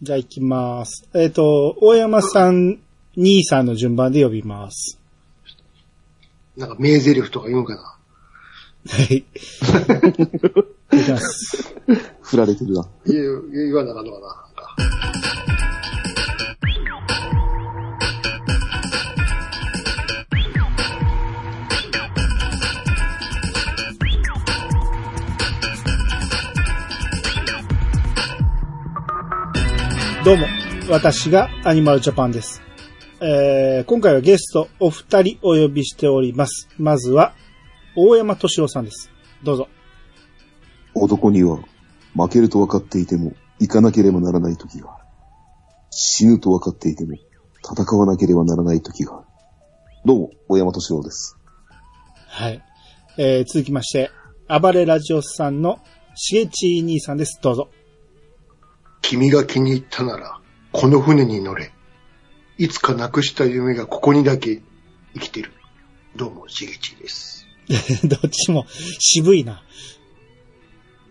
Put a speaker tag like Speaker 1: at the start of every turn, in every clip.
Speaker 1: じゃあ行きます。えっ、と、大山さん、兄さんの順番で呼びます。
Speaker 2: なんか名台詞とか言うんかな。
Speaker 1: はい。行きます。
Speaker 3: 振られてるな。
Speaker 2: いや、言わなあかんのかな。なんか
Speaker 1: どうも、私がアニマルジャパンです。えー、今回はゲストお二人お呼びしております。まずは、大山敏夫さんです。どうぞ。
Speaker 3: 男には、負けると分かっていても、行かなければならない時がある。死ぬと分かっていても、戦わなければならない時がある。どうも、大山敏郎です。
Speaker 1: はい。えー、続きまして、暴れラジオスさんのしげち兄さんです。どうぞ。
Speaker 2: 君が気に入ったなら、この船に乗れ。いつかなくした夢がここにだけ生きてる。どうも、しげちです。
Speaker 1: どっちも渋いな。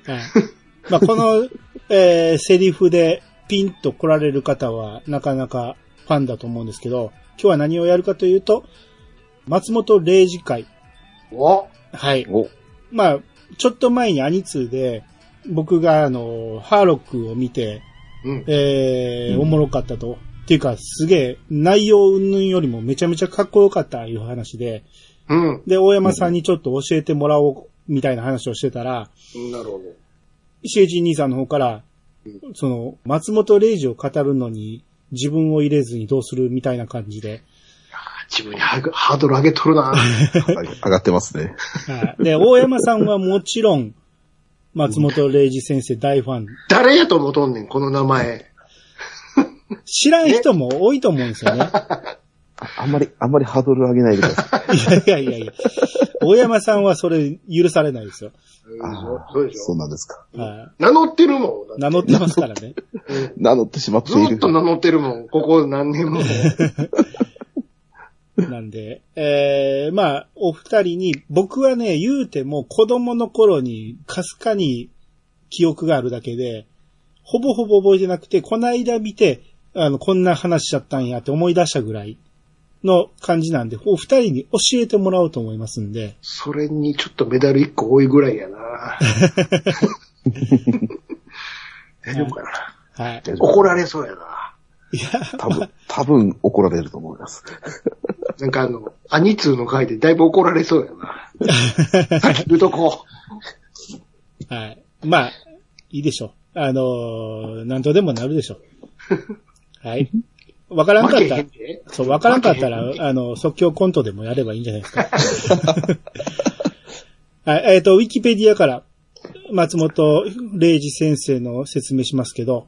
Speaker 1: はい。 まあ、この、えー、セリフでピンと来られる方はなかなかファンだと思うんですけど、今日は何をやるかというと、松本零士会。
Speaker 2: お
Speaker 1: はい。
Speaker 3: お、
Speaker 1: まあ、ちょっと前にアニツーで、僕があの、ハーロックを見て、
Speaker 2: うん。
Speaker 1: えー
Speaker 3: うん
Speaker 1: おもろかったと。っていうか、すげえ、内容云々よりもめちゃめちゃかっこよかったいう話で、
Speaker 2: うん。
Speaker 1: で、大山さんにちょっと教えてもらおうみたいな話をしてたら、
Speaker 2: なるほど。
Speaker 1: 石井兄さんの方から、その、松本零士を語るのに自分を入れずにどうするみたいな感じで、
Speaker 2: 自分にハグハードル上げとるな。
Speaker 3: はい上がってますね。
Speaker 1: はいで、大山さんはもちろん、松本零士先生大ファン。
Speaker 2: 誰やと思うとんねん、この名前。
Speaker 1: 知らん人も多いと思うんですよね。
Speaker 3: ああんまり、あんまりハードル上げないでください。
Speaker 1: いやいやいやいや。大山さんはそれ許されないですよ。
Speaker 3: あ
Speaker 2: そう
Speaker 3: ー
Speaker 2: でし
Speaker 3: そ
Speaker 2: ょ
Speaker 3: う。なんですか。
Speaker 1: は
Speaker 2: 名乗ってるも
Speaker 1: い
Speaker 2: ん。だ
Speaker 1: 名
Speaker 2: って
Speaker 1: 乗ってますからね。
Speaker 3: 名乗ってしまってい
Speaker 2: ず
Speaker 3: る
Speaker 2: っ。と名乗ってるもん、ここ何年 も。
Speaker 1: なんで、えー、まあ、お二人に、僕はね、言うても子供の頃に、かすかに記憶があるだけで、ほぼほぼ覚えてなくて、こないだ見て、あの、こんな話しちゃったんやって思い出したぐらいの感じなんで、お二人に教えてもらおうと思いますんで、
Speaker 2: それにちょっとメダル1個多いぐらいや な。大丈夫かな。
Speaker 1: はい。
Speaker 3: 大丈夫
Speaker 2: 怒られそうやな。
Speaker 1: いや、
Speaker 3: 多分、多分怒られると思います。
Speaker 2: なんかあの、アニツーの回でだいぶ怒られそうやな。さっき言うとこ。
Speaker 1: はい。まあ、いいでしょう。あのー、なんとでもなるでしょう。はい。わから ん
Speaker 2: 負
Speaker 1: か
Speaker 2: け
Speaker 1: っ
Speaker 2: へ
Speaker 1: た
Speaker 2: ん。で。
Speaker 1: そう、わからんかった
Speaker 2: 負け
Speaker 1: ら、あの、即興コントでもやればいいんじゃないですか。はい、えっ、と、ウィキペディアから、松本零士先生の説明しますけど、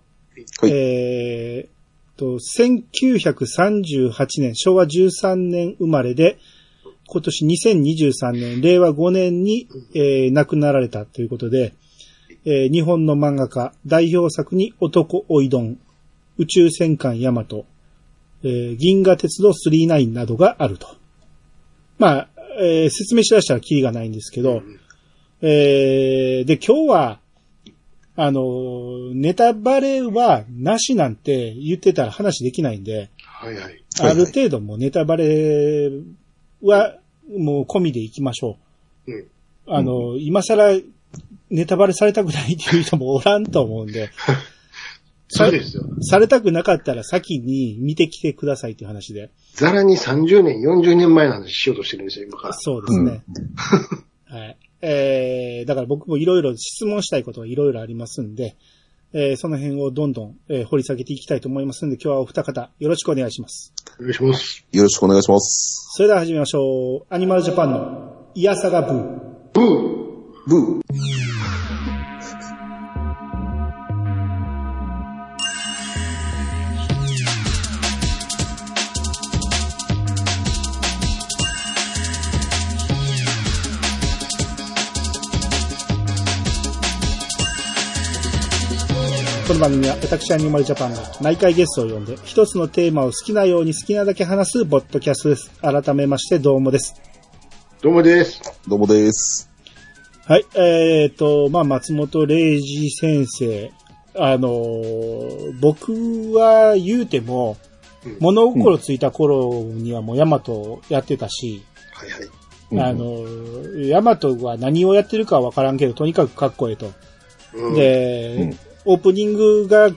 Speaker 3: はい
Speaker 1: えー、と、1938年、昭和13年生まれで、今年2023年、令和5年に、えー亡くなられたということで、えー日本の漫画家、代表作に男おいどん、宇宙戦艦ヤマト、えー銀河鉄道39などがあると。まあ、えー説明しだしたらキリがないんですけど、えーで、今日は、あのー、ネタバレはなしなんて言ってたら話できないんで、
Speaker 2: はいはい。
Speaker 3: はい
Speaker 1: ある程度もうネタバレはもう込みでいきましょ
Speaker 2: うん。
Speaker 1: う。あのー、今更ネタバレされたくないっていう人もおらんと思うんで、
Speaker 2: そうですよ。
Speaker 1: されたくなかったら先に見てきてくださいっていう話で。
Speaker 2: ざらに30年、40年前の話しようとしてるんですよ、今から。
Speaker 1: そうですね。はい。えー、だから僕もいろいろ質問したいことがいろいろありますんで、えー、その辺をどんどん、えー掘り下げていきたいと思いますんで、今日はお二方よろしくお願いします。
Speaker 2: お願いします。
Speaker 3: よろしくお願いします。
Speaker 1: それでは始めましょう。アニマルジャパンのイヤサガブー。
Speaker 2: ブー
Speaker 3: ブー。
Speaker 1: この番組は私アニマルジャパンが毎回ゲストを呼んで一つのテーマを好きなように好きなだけ話すボッドキャストです。改めましてどうもです。
Speaker 2: どうもです。
Speaker 3: どうもです。
Speaker 1: はい、えーと、まあ、松本零士先生、あのー僕は言うても、
Speaker 2: うん
Speaker 1: 物心ついた頃にはもうヤマトやってたし、
Speaker 2: はいはい。
Speaker 3: うん
Speaker 1: あのーヤマトは何をやってるかはわからんけど、とにかくかっこええと。
Speaker 2: うん、
Speaker 1: で、
Speaker 3: うん
Speaker 1: オープニングが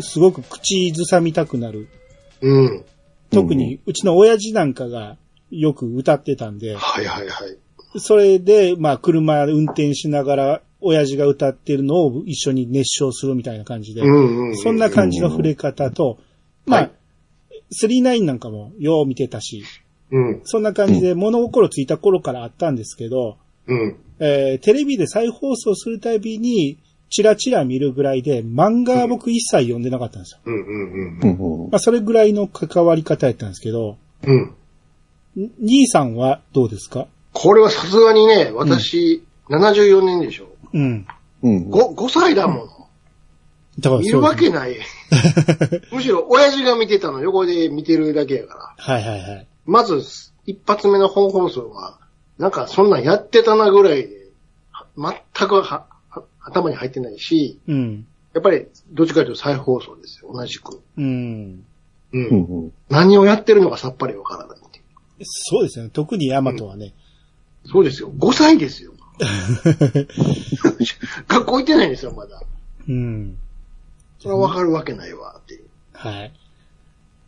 Speaker 1: すごく口ずさみたくなる。
Speaker 2: うん。
Speaker 1: 特にうちの親父なんかがよく歌ってたんで、
Speaker 2: はいはいはい。
Speaker 1: それで、まあ、車運転しながら、親父が歌ってるのを一緒に熱唱するみたいな感じで、
Speaker 2: うんうん。
Speaker 1: そんな感じの触れ方と、まあ、39なんかもよう見てたし、
Speaker 2: うん。
Speaker 1: そんな感じで物心ついた頃からあったんですけど、
Speaker 2: うん。
Speaker 1: えーテレビで再放送するたびに、チラチラ見るぐらいで、漫画は僕一切読んでなかったんですよ。
Speaker 2: うんうん
Speaker 3: うんうん
Speaker 1: まあ、それぐらいの関わり方やったんですけど、
Speaker 2: うん。うん。
Speaker 1: ん兄さんはどうですか
Speaker 2: これはさすがにね、私、74年でしょ。
Speaker 1: うん。
Speaker 3: うん。
Speaker 2: 5、5歳だもん。
Speaker 1: だから
Speaker 2: 見
Speaker 1: そ
Speaker 2: る
Speaker 1: う
Speaker 2: わ
Speaker 1: ですね
Speaker 2: け ない。むしろ親父が見てたの横で見てるだけやから。
Speaker 1: はいはいはい。
Speaker 2: まず、一発目の本放送は、なんかそんなんやってたなぐらいで、は全くはは頭に入ってないし、
Speaker 1: うん。
Speaker 2: やっぱりどっちかというと再放送ですよ、同じく。
Speaker 1: うん。
Speaker 2: うん。
Speaker 3: うんうん
Speaker 2: 何をやってるのかさっぱりわからないってい
Speaker 1: そうですね。特にヤマトはね。
Speaker 2: うそうですよ、5歳ですよ。学校行ってないんですよ、まだ。
Speaker 1: うん。
Speaker 2: それはわかるわけないわ、っていう。
Speaker 1: はい。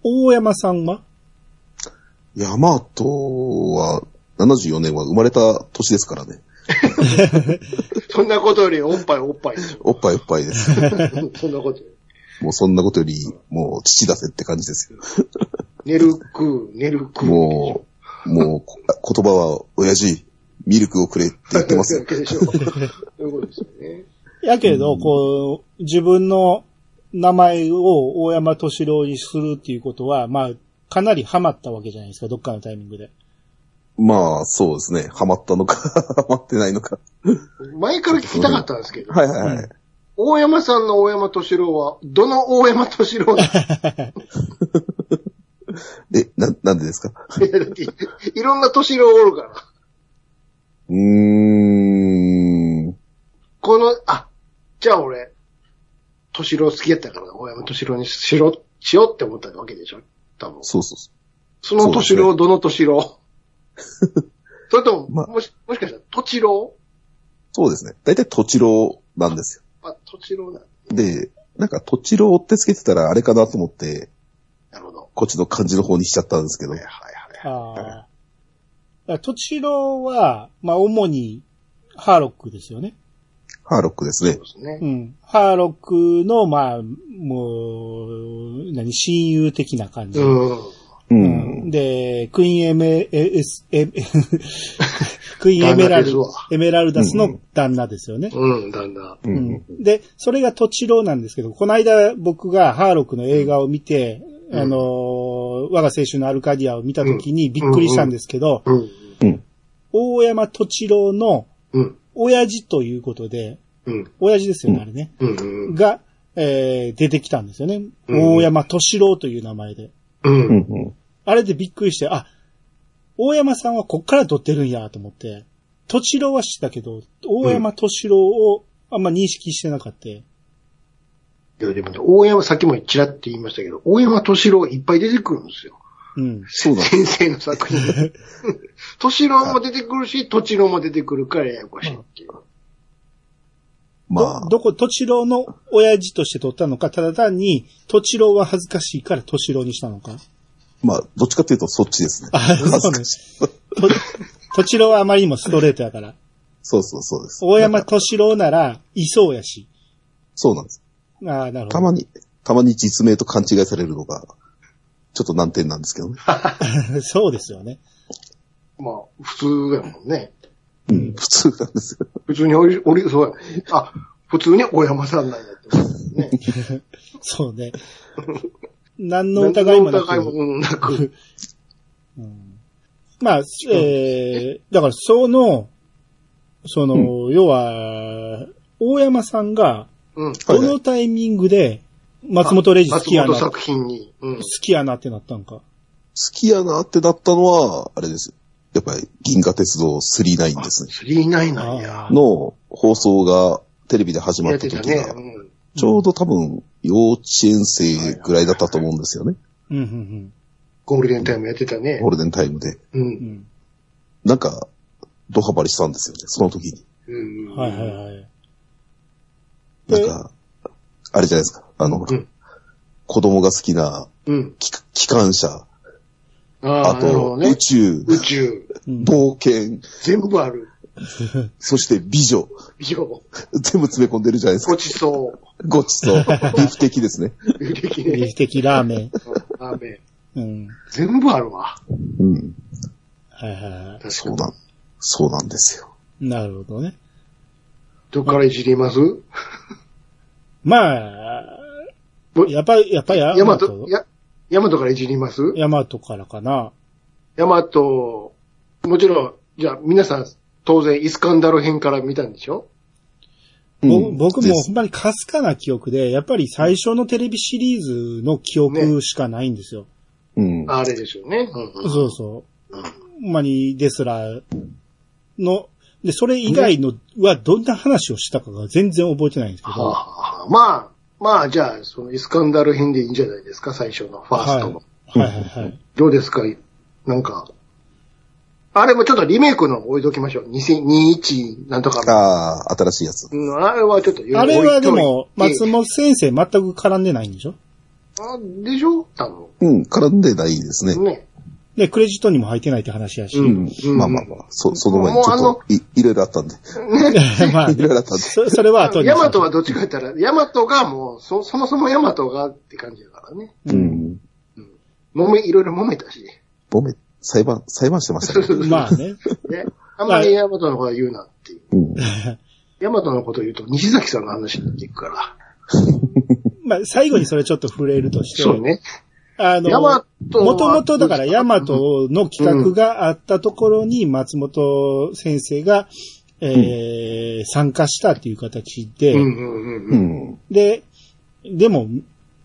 Speaker 1: 大山さんは
Speaker 3: ヤマトは、74年は生まれた年ですからね。
Speaker 2: そんなことよりおっぱいおっぱ いですよ。
Speaker 3: おっぱいおっぱいです。
Speaker 2: そんなことより。
Speaker 3: もうそんなことより、もう父だぜって感じですよ。
Speaker 2: 寝る食う、寝る食う。
Speaker 3: もう、もうこ、言葉は、親父、ミルクをくれって言っ てますよ。
Speaker 2: でしょ。そういうことですよね。
Speaker 1: やけど、こう、自分の名前を大山敏郎にするっていうことは、まあ、かなりハマったわけじゃないですか、どっかのタイミングで。
Speaker 3: まあ、そうですね。ハマったのか、 ハマってないのか。
Speaker 2: 前から聞きたかったんですけど、
Speaker 3: はいはいはい。
Speaker 2: 大山さんの大山敏郎は、どの大山敏郎だい
Speaker 3: え、な、なんでですか
Speaker 2: やだっていろんな敏郎おるから。
Speaker 3: うーん。
Speaker 2: この、あ、じゃあ俺、敏郎好きやったから、大山敏郎にしろ、しようって思ったわけでしょ多分。
Speaker 3: そうそうそ
Speaker 2: その敏郎、どの敏郎それとも、
Speaker 3: ま
Speaker 2: もし、もしかしたら、敏郎
Speaker 3: う。そうですね。大体、土地郎なんですよ。
Speaker 2: あ、敏郎な。
Speaker 3: で、なんか、土地を追ってつけてたらあれかなと思って、
Speaker 2: なるほど。
Speaker 3: こっちの漢字の方にしちゃったんですけど
Speaker 2: はいは。いはい。
Speaker 1: ああ。だから敏郎は、まあ、主に、ハーロックですよね。
Speaker 3: ハーロックで
Speaker 2: そ
Speaker 3: す
Speaker 2: う
Speaker 3: ね
Speaker 2: で。すね
Speaker 1: う。ん。ハーロックの、まあ、もう、何、親友的な感じ。
Speaker 2: うん。
Speaker 3: う。
Speaker 1: うんで、クイーンエメ、え、え、すえ、え クイーンエメラル
Speaker 2: 旦那ですわ、
Speaker 1: エメラルダスの旦那ですよね。
Speaker 2: うん、だんだん。
Speaker 3: うん。
Speaker 1: うんで、それがトチローなんですけど、この間僕がハーロックの映画を見て、
Speaker 2: ん
Speaker 1: あのー我が青春のアルカディアを見た時にびっくりしたんですけど、
Speaker 2: うん。
Speaker 3: うん。
Speaker 1: 大山トチローの
Speaker 2: うん。
Speaker 1: 親父ということで、
Speaker 2: うん。
Speaker 1: 親父ですよね、
Speaker 3: うん
Speaker 1: あれね。
Speaker 2: うん。うん。
Speaker 1: が、えー、出てきたんですよね。
Speaker 2: うん
Speaker 1: 大山敏郎という名前で。
Speaker 2: うん
Speaker 3: うん。うん。
Speaker 1: あれでびっくりして、あ、大山さんはこっから撮ってるんやと思って、敏郎は知ったけど、大山敏郎をあんま認識してなかった。
Speaker 2: いや、でもね、大山、さっきもちらって言いましたけど、大山敏郎いっぱい出てくるんですよ。
Speaker 1: うん。
Speaker 3: そうだ。
Speaker 2: 先生の 作品。敏郎も出てくるし、敏郎も出てくるからややこしいっていう。
Speaker 3: まあ
Speaker 1: ど、、どこ、敏郎の親父として撮ったのか、ただ単に、敏郎は恥ずかしいから敏郎にしたのか。
Speaker 3: まあ、どっちかというとそっちですね。
Speaker 1: あ、そうね。 と敏郎はあまりにもストレートやから。
Speaker 3: そうそうそうです。
Speaker 1: 大
Speaker 3: な
Speaker 1: 山
Speaker 3: んか
Speaker 1: 敏郎なら、いそうやし。
Speaker 3: そうなんです。
Speaker 1: ああ、なるほ
Speaker 3: た
Speaker 1: ど。
Speaker 3: まに、たまに実名と勘違いされるのが、ちょっと難点なんですけどね。
Speaker 1: そうですよね。
Speaker 2: まあ、普通やもんね。
Speaker 3: うん。普通なんですよ。
Speaker 2: 普通におり、おり、そうやもんね。あ、普通に大山さんなんやって思うね。
Speaker 1: そうね。何 の疑いもな
Speaker 2: 何の疑い
Speaker 1: く。
Speaker 2: もな く。
Speaker 1: まあ、えー、だからその、その、要は、大山さんが、
Speaker 2: うん。
Speaker 1: どのタイミングで、松本零士好きやな、
Speaker 2: 松本
Speaker 1: 好
Speaker 2: 作品に。うん。
Speaker 1: きやなってなったんか。
Speaker 3: 好きやなってなったのは、あれです。やっぱり、銀河鉄道39ですね。
Speaker 2: スリーナイなんや。
Speaker 1: あ
Speaker 3: の放送がテレビで始ま
Speaker 2: や
Speaker 3: っ
Speaker 2: ったて
Speaker 3: 時
Speaker 2: た
Speaker 3: が、
Speaker 2: ね。うん。
Speaker 3: ちょうど多分、幼稚園生ぐらいだったと思うんですよね。
Speaker 1: うん、うん、
Speaker 2: ゴールデンタイムやってたね
Speaker 3: ゴ。ールデンタイムで。
Speaker 2: う。
Speaker 1: うんん。
Speaker 3: なんか、ドハマりしたんですよね、その時に。
Speaker 2: うん。
Speaker 1: はいはいはい。
Speaker 3: なんか、あれじゃないですか。あの、
Speaker 2: うん
Speaker 3: 子供が好きな
Speaker 2: うん。
Speaker 3: 機機関車、
Speaker 2: あ
Speaker 3: あ
Speaker 2: あ、なるほど
Speaker 3: と、
Speaker 2: ね
Speaker 3: 宇。宙、
Speaker 2: 宇宙。
Speaker 1: うん
Speaker 3: 冒険、
Speaker 2: 全部ある。
Speaker 3: そして美女、
Speaker 2: 以上。
Speaker 3: 全部詰め込んでるじゃないです
Speaker 2: ご
Speaker 3: か。
Speaker 2: ちそう。
Speaker 3: ごちそう。ビフ的ですね。
Speaker 2: ビフテキ
Speaker 1: ビ
Speaker 2: ね。
Speaker 1: フテキラーメン。
Speaker 2: ラーメン。
Speaker 1: うん。
Speaker 2: 全部あるわ。
Speaker 3: うん。
Speaker 1: はいはいはい。
Speaker 2: 確
Speaker 3: そ
Speaker 2: か
Speaker 3: う
Speaker 2: に。
Speaker 3: なん、そうなんですよ。
Speaker 1: なるほどね。
Speaker 2: どっからいじります
Speaker 1: まあ
Speaker 2: お、
Speaker 1: やっぱ、やっぱや、
Speaker 2: ヤマ
Speaker 1: マ
Speaker 2: ト、や、ヤマトからいじります
Speaker 1: ヤマトからかな。
Speaker 2: ヤマト、もちろん、じゃあ皆さん、当然、イスカンダロ編から見たんでしょ
Speaker 3: うん
Speaker 1: ぼ僕
Speaker 3: で
Speaker 1: も
Speaker 3: す
Speaker 1: ほんまにかすかな記憶で、やっぱり最初のテレビシリーズの記憶しかないんですよ。
Speaker 3: うん。
Speaker 2: あれですよね。うんうん
Speaker 1: そうそう。ほんまにデスラーの、で、それ以外のはどんな話をしたかが全然覚えてないんですけ
Speaker 2: は
Speaker 1: ど。
Speaker 2: あはあはあまあ、まあ、じゃあ、そのイスカンダル編でいいんじゃないですか、最初のファーストの。
Speaker 1: はいはいはい。
Speaker 2: どうですかなんか、あれもちょっとリメイクの置いときましょう。2021なんとか。
Speaker 3: ああ、新しいやつ。
Speaker 2: うん、あれはちょっと置いといて
Speaker 1: あれはでも、松本先生全く絡んでないんでしょ
Speaker 2: あでしょ多
Speaker 3: うん、絡んでないですね
Speaker 2: 分。。ね。
Speaker 1: で、クレジットにも入ってないって話やし。
Speaker 3: うん
Speaker 2: うん。
Speaker 3: まあまあまあ、そ、その前にちょっ
Speaker 2: もう
Speaker 3: と、い、いろいろあったんで。
Speaker 1: まあ
Speaker 3: い、ろいろあったんで。
Speaker 1: そそれは後に。
Speaker 2: ヤマトはどっちか言ったら、ヤマトがもう、そ、そもそもヤマトがって感じだからね。
Speaker 1: う。
Speaker 3: うんん。
Speaker 2: 揉め、いろいろ揉めたし。
Speaker 3: ごめん、裁判、裁判して ましたね。
Speaker 1: まあね。
Speaker 2: ね。あんまりヤマトのこと言うなっていう。
Speaker 3: うん。
Speaker 2: ヤマトのこと言うと、西崎さんの話になっていくから。
Speaker 1: まあ、最後にそれちょっと触れるとして。
Speaker 2: そうね。
Speaker 1: あの、
Speaker 2: ヤマ
Speaker 1: も
Speaker 2: トは
Speaker 1: ともとだからヤマトの企画があったところに松本先生が、えー、参加したっていう形で、
Speaker 2: うんうんうん
Speaker 3: う
Speaker 2: うん。
Speaker 3: ん。
Speaker 1: で、でも、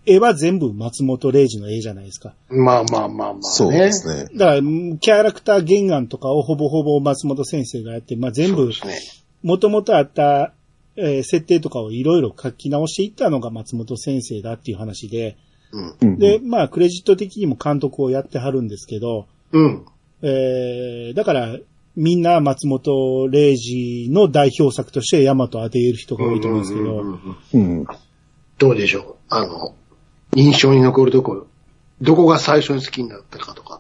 Speaker 1: 絵は全部松本零士の絵じゃないですか。
Speaker 2: まあまあまあまあ、ね。
Speaker 3: そうですね。
Speaker 1: だから、うんキャラクター原案とかをほぼほぼ松本先生がやって、まあ、全
Speaker 2: そう
Speaker 1: 部
Speaker 2: で、すね。
Speaker 1: 元々あった、えー設定とかをいろいろ書き直していったのが松本先生だっていう話で、
Speaker 2: うん。
Speaker 3: うん
Speaker 1: で、、まあ、クレジット的にも監督をやってはるんですけど、
Speaker 2: うん。
Speaker 1: えー、だから、みんな松本零士の代表作としてヤマトを当てる人が多いと思うんですけ
Speaker 2: うんうん
Speaker 1: ど、
Speaker 2: うんうん
Speaker 3: うん。
Speaker 2: どうでしょうあの、印象に残るところ。どこが最初に好きになったかとか。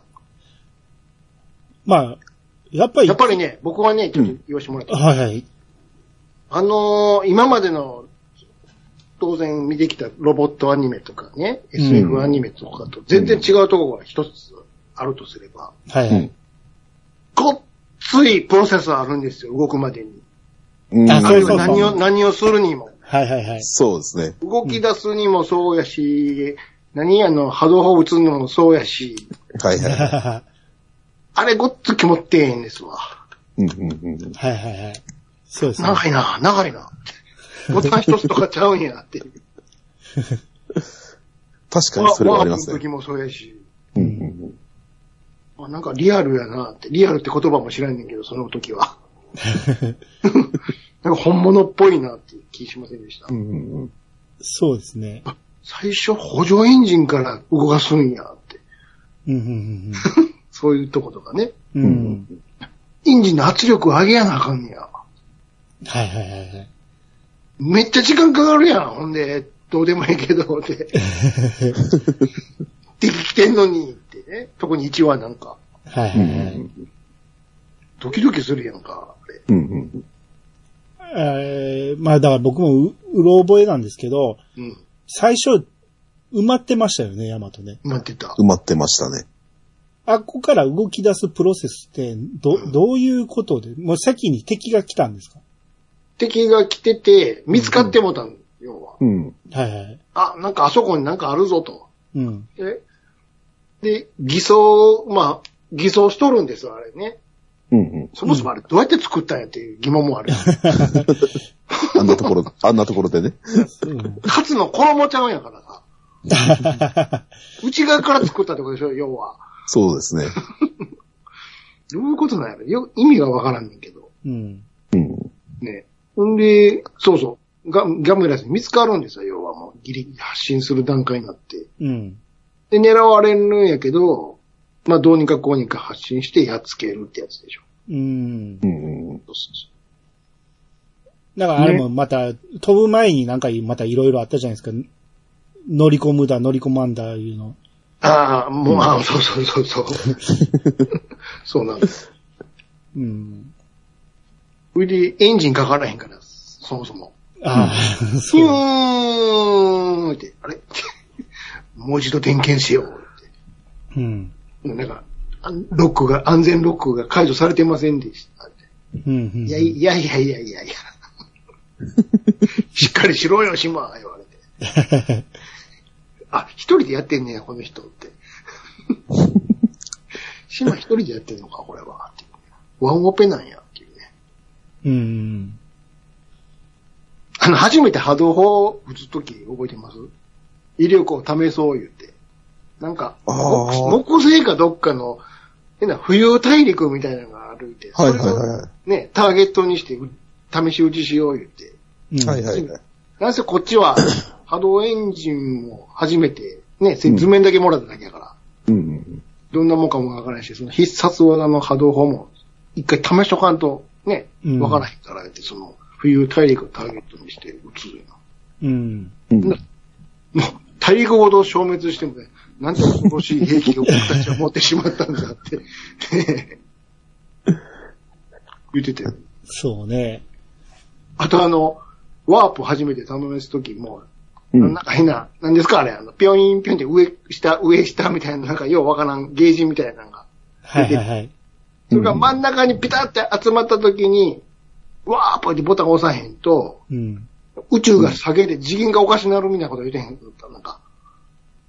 Speaker 1: まあ、やっぱり、
Speaker 2: やっぱりね、僕はね、ちょっと言わせてもらっていい
Speaker 1: はいはい。
Speaker 2: あのー今までの、当然見てきたロボットアニメとかね、
Speaker 1: ん
Speaker 2: SF アニメとかと全然違うところが一つあるとすれば、
Speaker 1: はいはい。
Speaker 2: ごっついプロセスあるんですよ、動くまでに。
Speaker 3: うん
Speaker 1: あそうそう
Speaker 2: 何を、何をするにも。
Speaker 1: はいはいはい。
Speaker 3: そうですね。
Speaker 2: 動き出すにもそうやし、何あの、波動砲打つのもそうやし、
Speaker 3: はいはいはい。
Speaker 2: あれごっつき持ってえんですわ。
Speaker 3: うんうんうん。
Speaker 1: はいはいはい。そうですね。
Speaker 2: 長いな、長いな。ボタン一つとかちゃうんや って。
Speaker 3: 確かにそれはあります
Speaker 2: ワープの時
Speaker 3: ね。
Speaker 2: もそうやし。
Speaker 3: うんうん
Speaker 2: あ、なんかリアルやなって、リアルって言葉も知らんねんけど、その時は。なんか本物っぽいなっていう気しませんでした。
Speaker 3: うんうんうん。
Speaker 1: そうですね。
Speaker 2: 最初補助エンジンから動かすんやって、
Speaker 1: うんうん
Speaker 2: そういうとことかね。
Speaker 1: うんうん。うん。
Speaker 2: エンジンの圧力上げやなあかんねや。
Speaker 1: はいはいはいはい。
Speaker 2: めっちゃ時間かかるやん、ほんで、どうで もいいけど、って。できてんのに、ってね。特に1話なんか、
Speaker 1: はいは
Speaker 3: うんう
Speaker 1: いはい。
Speaker 3: ん
Speaker 2: ドキドキするやんか、あれ。
Speaker 3: うんうん
Speaker 1: えーまあだから僕もううろ覚えなんですけど、
Speaker 2: うん。
Speaker 1: 最初埋まってましたよね、ヤマトね。
Speaker 2: なってた。
Speaker 3: 埋まってましたね。
Speaker 1: あっこから動き出すプロセスって、ど、どういうことで、もう先に敵が来たんですか
Speaker 2: 敵が来てて、見つかってもたん、要は。
Speaker 3: うん。
Speaker 1: はいはい。
Speaker 2: あ、なんかあそこになんかあるぞと。
Speaker 1: うん。
Speaker 2: えで、偽装、まあ、偽装しとるんですよ、あれね。
Speaker 3: うんうん。
Speaker 2: そもそもあれどうやって作ったんやっていう疑問 もある。
Speaker 3: あんなところ、あんなところでね。
Speaker 1: うん
Speaker 2: カツの衣ちゃうんやからさ。内側から作ったってことでしょ、要は。
Speaker 3: そうですね。
Speaker 2: どういうことなんやろよ意味がわからんねんけど。
Speaker 1: うん。
Speaker 3: うん。
Speaker 2: ね。んで、そうそう。ガガムラスに見つかるんですよ、要もうギリギリ発信する段階になって、
Speaker 1: うん。
Speaker 2: で、狙われるんやけど、まあどうにかこうにか発信してやっつけるってやつでしょ。
Speaker 1: うん。
Speaker 3: うんうん。
Speaker 2: そうそうそ
Speaker 1: だからあれもまた、飛ぶ前になんかまたいろいろあったじゃないですか。乗り込むだ、乗り込まんだ、いうの。
Speaker 2: うああ、もう、ああ、そうそうそ うそう。そうなんです。
Speaker 1: うん。
Speaker 2: それでエンジンかからへんから、そもそも。
Speaker 1: ああ、
Speaker 2: ピュ
Speaker 1: そう。
Speaker 2: ーンって、あれもう一度点検しようっ
Speaker 1: うん。
Speaker 2: て。なんか、あロックが、安全ロックが解除されてませんでした。
Speaker 1: うん。うん
Speaker 2: いやいやいやいやいやいや。しっかりしろよ、島言われて。あ、一人でやってんねや、この人 って。島一人でやってんのか、これは。ってワンオペなんや、っていうね。
Speaker 1: うん。
Speaker 2: あの、初めて波動砲を打つとき覚えてます威力を試そう言って。なんか、
Speaker 3: あー
Speaker 2: 木木星かどっかの、変な浮遊大陸みたいなのが歩いて、
Speaker 3: はいはい
Speaker 2: それを
Speaker 3: は
Speaker 2: ね、ターゲットにしてう試し撃ちしよう言って。
Speaker 1: うん
Speaker 3: い。はいはいはい。
Speaker 2: なんせこっち は波動エンジンを初めて、ね、せ図面だけもらっただけやから、
Speaker 3: うんうんうん。
Speaker 2: どんなもんかもわからないし、その必殺技の波動砲も一回試しとかんと、ね
Speaker 1: うん、
Speaker 2: わからへんからって、その、冬大陸をターゲットにして撃つよ
Speaker 1: うん。
Speaker 3: うん
Speaker 2: もう、大陸ごと消滅してもね、なんて恐ろしい兵器を僕たちは持ってしまったんだって、 ね言ってて。
Speaker 1: そうね。
Speaker 2: あとあの、ワープ初めて頼すときも、
Speaker 3: うん
Speaker 2: なんか変な、なんですかあれ、あの、ぴょんぴょんって上、下、上、下みたいな、なんかようわからんゲージみたいなのが。
Speaker 1: はいはいはい。
Speaker 2: それが真ん中にピタって集まった時に、わーぽいってボタン押さへんと、
Speaker 1: うん。
Speaker 2: 宇宙が下げて次元がおかしなるみたいなこと言ってへんかった。なんか、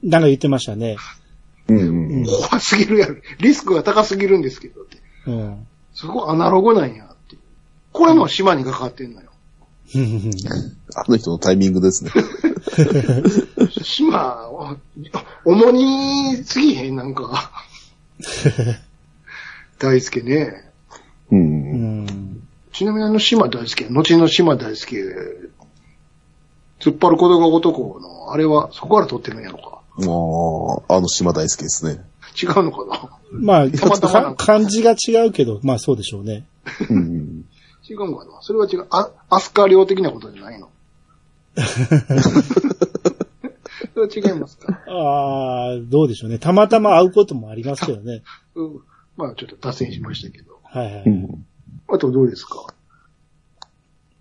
Speaker 1: なんか言ってましたね。
Speaker 3: うんうんうん。
Speaker 2: 怖すぎるやろ。リスクが高すぎるんですけどって。
Speaker 1: うん。
Speaker 2: すごいアナログなんやって。これも島にかかってんのよ。
Speaker 3: あの人のタイミングですね。
Speaker 2: 島は、重にすぎへん、なんか。大輔ね。
Speaker 3: うん
Speaker 1: う
Speaker 3: うん。
Speaker 1: ん。
Speaker 2: ちなみにあの島大好き、後の島大好き、突っ張ることが男の、あれはそこから撮ってるんやろか。
Speaker 3: ああ、あの島大好きですね。
Speaker 2: 違うのかな
Speaker 1: まあ、
Speaker 2: たまたまなんか
Speaker 1: か漢字が違うけど、まあそうでしょうね。
Speaker 3: うんうん。
Speaker 2: 違うのかなそれは違う。あ、アスカ量的なことじゃないの それは違いますか
Speaker 1: ああ、どうでしょうね。たまたま会うこともありますけどね。
Speaker 2: うん。まあちょっと脱線しましたけど。
Speaker 1: はいは
Speaker 3: う
Speaker 1: い。
Speaker 3: ん
Speaker 2: あとどうですか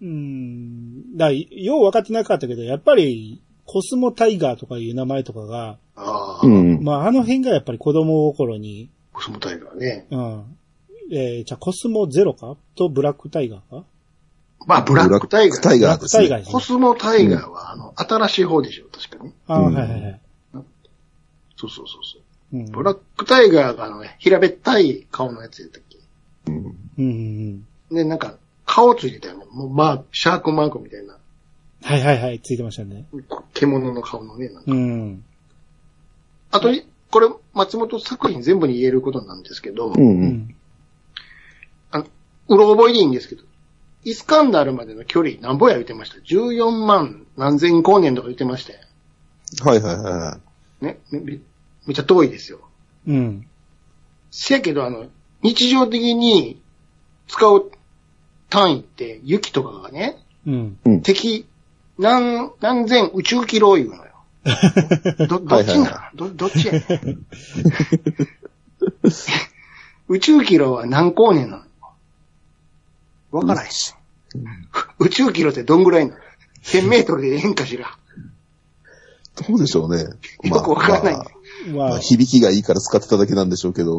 Speaker 1: うん。だからよう分かってなかったけど、やっぱり、コスモタイガーとかいう名前とかが、
Speaker 2: ああ、
Speaker 3: う、ん。
Speaker 1: まああの辺がやっぱり子供心に、
Speaker 2: コスモタイガーね。
Speaker 1: うん。えーじゃあコスモゼロかとブラックタイガーか
Speaker 2: まあブラックタイガー。
Speaker 3: タイ
Speaker 1: ブラ
Speaker 3: ガー
Speaker 1: ッ
Speaker 3: で
Speaker 1: ク
Speaker 3: す
Speaker 1: タイガー
Speaker 3: ね。
Speaker 1: です
Speaker 2: コ
Speaker 1: ね。
Speaker 2: スモタイガーは、あの、新しい方でしょ確かに。
Speaker 1: ああ、
Speaker 3: うん
Speaker 1: はいはいはい。
Speaker 2: そうそうそうそう。
Speaker 1: うん。
Speaker 2: ブラックタイガーがあの、平べったい顔のやつやったっけ
Speaker 1: うんうんうん。
Speaker 2: ね、なんか、顔ついてたよね。もう、まあ、シャークマークみたいな、
Speaker 1: はいはいはい、ついてましたね。
Speaker 2: 獣の顔のね、なんか。
Speaker 1: うん。
Speaker 2: あとに、これ、松本作品全部に言えることなんですけど、
Speaker 3: う
Speaker 2: うん
Speaker 1: う
Speaker 3: うん。
Speaker 1: ん。
Speaker 2: ろ覚えでいいんですけど、イスカンダルまでの距離、なんぼや言ってました。14万何千光年とか言ってましたよ。
Speaker 3: はいはいはいは
Speaker 2: ね、め、めめっちゃ遠いですよ。
Speaker 1: うん。
Speaker 2: せやけど、あの、日常的に使う単位って、雪とかがね、
Speaker 1: うん。
Speaker 3: い。うん。
Speaker 2: 敵、何、何千宇宙キロ言う のよ。ど、どっち
Speaker 3: はいはい
Speaker 2: など、どっちやねん 宇宙キロは何光年なのわからへん。宇宙キロってどんぐらいなの ?1000 メートルでええんかしら。
Speaker 3: どうでしょうね。
Speaker 2: よくわからないんだ
Speaker 3: ま
Speaker 2: けど。
Speaker 3: あ
Speaker 1: ま
Speaker 3: ま
Speaker 1: あ
Speaker 3: あ、響きがいいから使ってただけなんでしょうけど。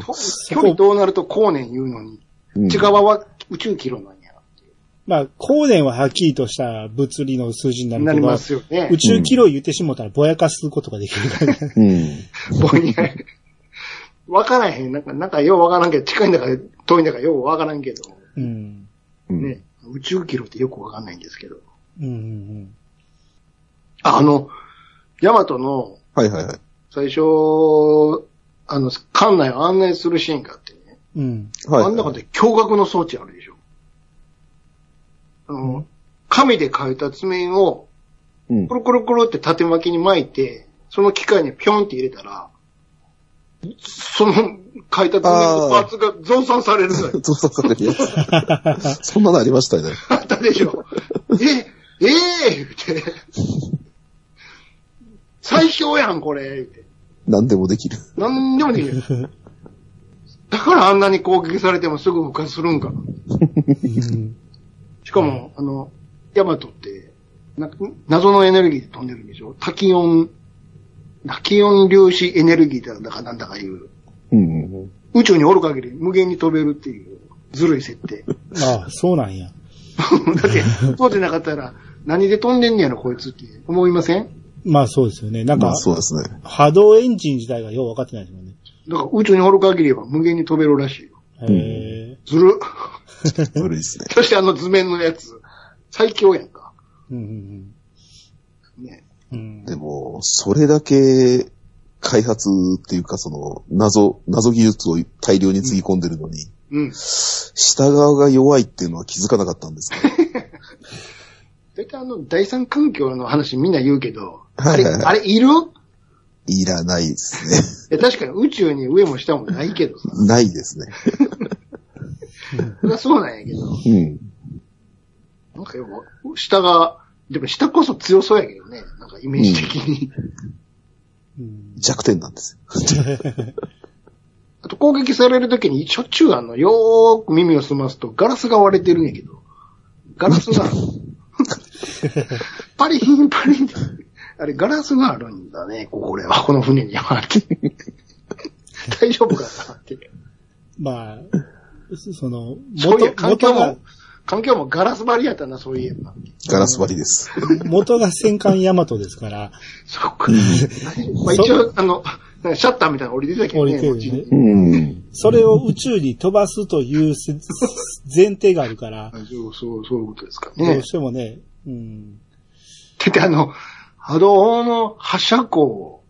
Speaker 2: 距離どうなると光年言うのに、
Speaker 3: うん
Speaker 2: 内側は宇宙キロなんや。
Speaker 1: まあ、光年ははっきりとした物理の数字になる
Speaker 2: な
Speaker 1: け
Speaker 2: り
Speaker 1: ど
Speaker 2: ま、すよね
Speaker 1: 宇。宙キロ言ってしもたらぼやかすことができるからね。
Speaker 3: うん。
Speaker 2: ぼんやり わからへん。なんか、なんかようわからんけど、近いんだから遠いんだからようわからんけど、
Speaker 1: うん。
Speaker 3: うん
Speaker 2: ね、宇宙キロってよくわかんないんですけど。
Speaker 1: うんうん
Speaker 2: あの、ヤマトの
Speaker 3: はいはいはい。
Speaker 2: 最初、あの、館内を案内するシーンがあってね。
Speaker 1: うん。 うん。
Speaker 3: はい。
Speaker 2: あん中で驚愕の装置あるでしょ。あの、紙で書いた図面を
Speaker 3: うん
Speaker 2: コ。ロコロコロって縦巻きに巻いて、その機械にピョンって入れたら、その書いた図面のパーツが増産されるのよ。
Speaker 3: 増産されるやつ。そんなのありましたよね。
Speaker 2: あったでしょ。え、ええ言うて。最強やん、これ。言うて
Speaker 3: 何でもできる。
Speaker 2: なんでもできる。だからあんなに攻撃されてもすぐ復活するんかな。
Speaker 1: うん。
Speaker 2: しかも、あの、ヤマトって、なんか謎のエネルギーで飛んでるんでしょタキオン、タキオン粒子エネルギーだかなんだかいう。
Speaker 3: うんうんうん。
Speaker 2: 宇宙におる限り無限に飛べるっていう、ずるい設定。
Speaker 1: ああ、そうなんや。
Speaker 2: だって、そうでなかったら、何で飛んでんねやろ、こいつって思いません
Speaker 1: まあそうですよね。なん
Speaker 3: ま
Speaker 1: か
Speaker 3: あ、そうですね。
Speaker 1: 波動エンジン自体がよう分かってないですもんね。
Speaker 2: だから宇宙におる限りは無限に飛べるらしいよ。
Speaker 1: へえ。
Speaker 2: ず る。
Speaker 3: 悪いですね。
Speaker 2: そしてあの図面のやつ、最強やんか。
Speaker 1: うんうん
Speaker 2: ね。
Speaker 1: うん。うん
Speaker 3: でも、それだけ開発っていうか、その、謎、謎技術を大量につぎ込んでるのに、
Speaker 2: うん。
Speaker 3: 下側が弱いっていうのは気づかなかったんですけど
Speaker 2: 大体あの、第三環境の話みんな言うけど、あ
Speaker 3: はい
Speaker 2: れ、
Speaker 3: はいはい
Speaker 2: あれいる
Speaker 3: いらないです
Speaker 2: いや確かに宇宙に上も下もないけどさ。
Speaker 3: ね。ないですね。
Speaker 2: そりゃそうなんやけど。
Speaker 3: うん。
Speaker 2: なんかよく、下が、でも下こそ強そうやけどね。なんかイメージ的に。
Speaker 1: うん。
Speaker 3: 弱点なんですよ。
Speaker 2: あと攻撃されるときにしょっちゅうあの、よーく耳を澄ますとガラスが割れてるんやけど。ガラス が、パリンパリンって。あれ、ガラスがあるんだね、ここれは。この船には って。大丈夫かなって。
Speaker 1: まあ、そその、
Speaker 2: そういや、
Speaker 1: 元、
Speaker 2: 環境
Speaker 1: 元が
Speaker 2: も、、環境もガラス張りやったな、そういえば。
Speaker 3: ガラス張りです。
Speaker 1: 元が戦艦ヤマトですから、
Speaker 2: そっか。まあ一応、あの、なんかシャッターみたいなの降りてたけど
Speaker 1: 降り
Speaker 2: ね、
Speaker 1: てる
Speaker 2: うち
Speaker 1: ね
Speaker 2: に。。
Speaker 3: うん。
Speaker 1: それを宇宙に飛ばすというせ 前提があるから、
Speaker 2: そう、そう、そういうことですか
Speaker 1: ど
Speaker 2: ね
Speaker 1: う。してもね、うん。
Speaker 2: だってあの、波動の発射口を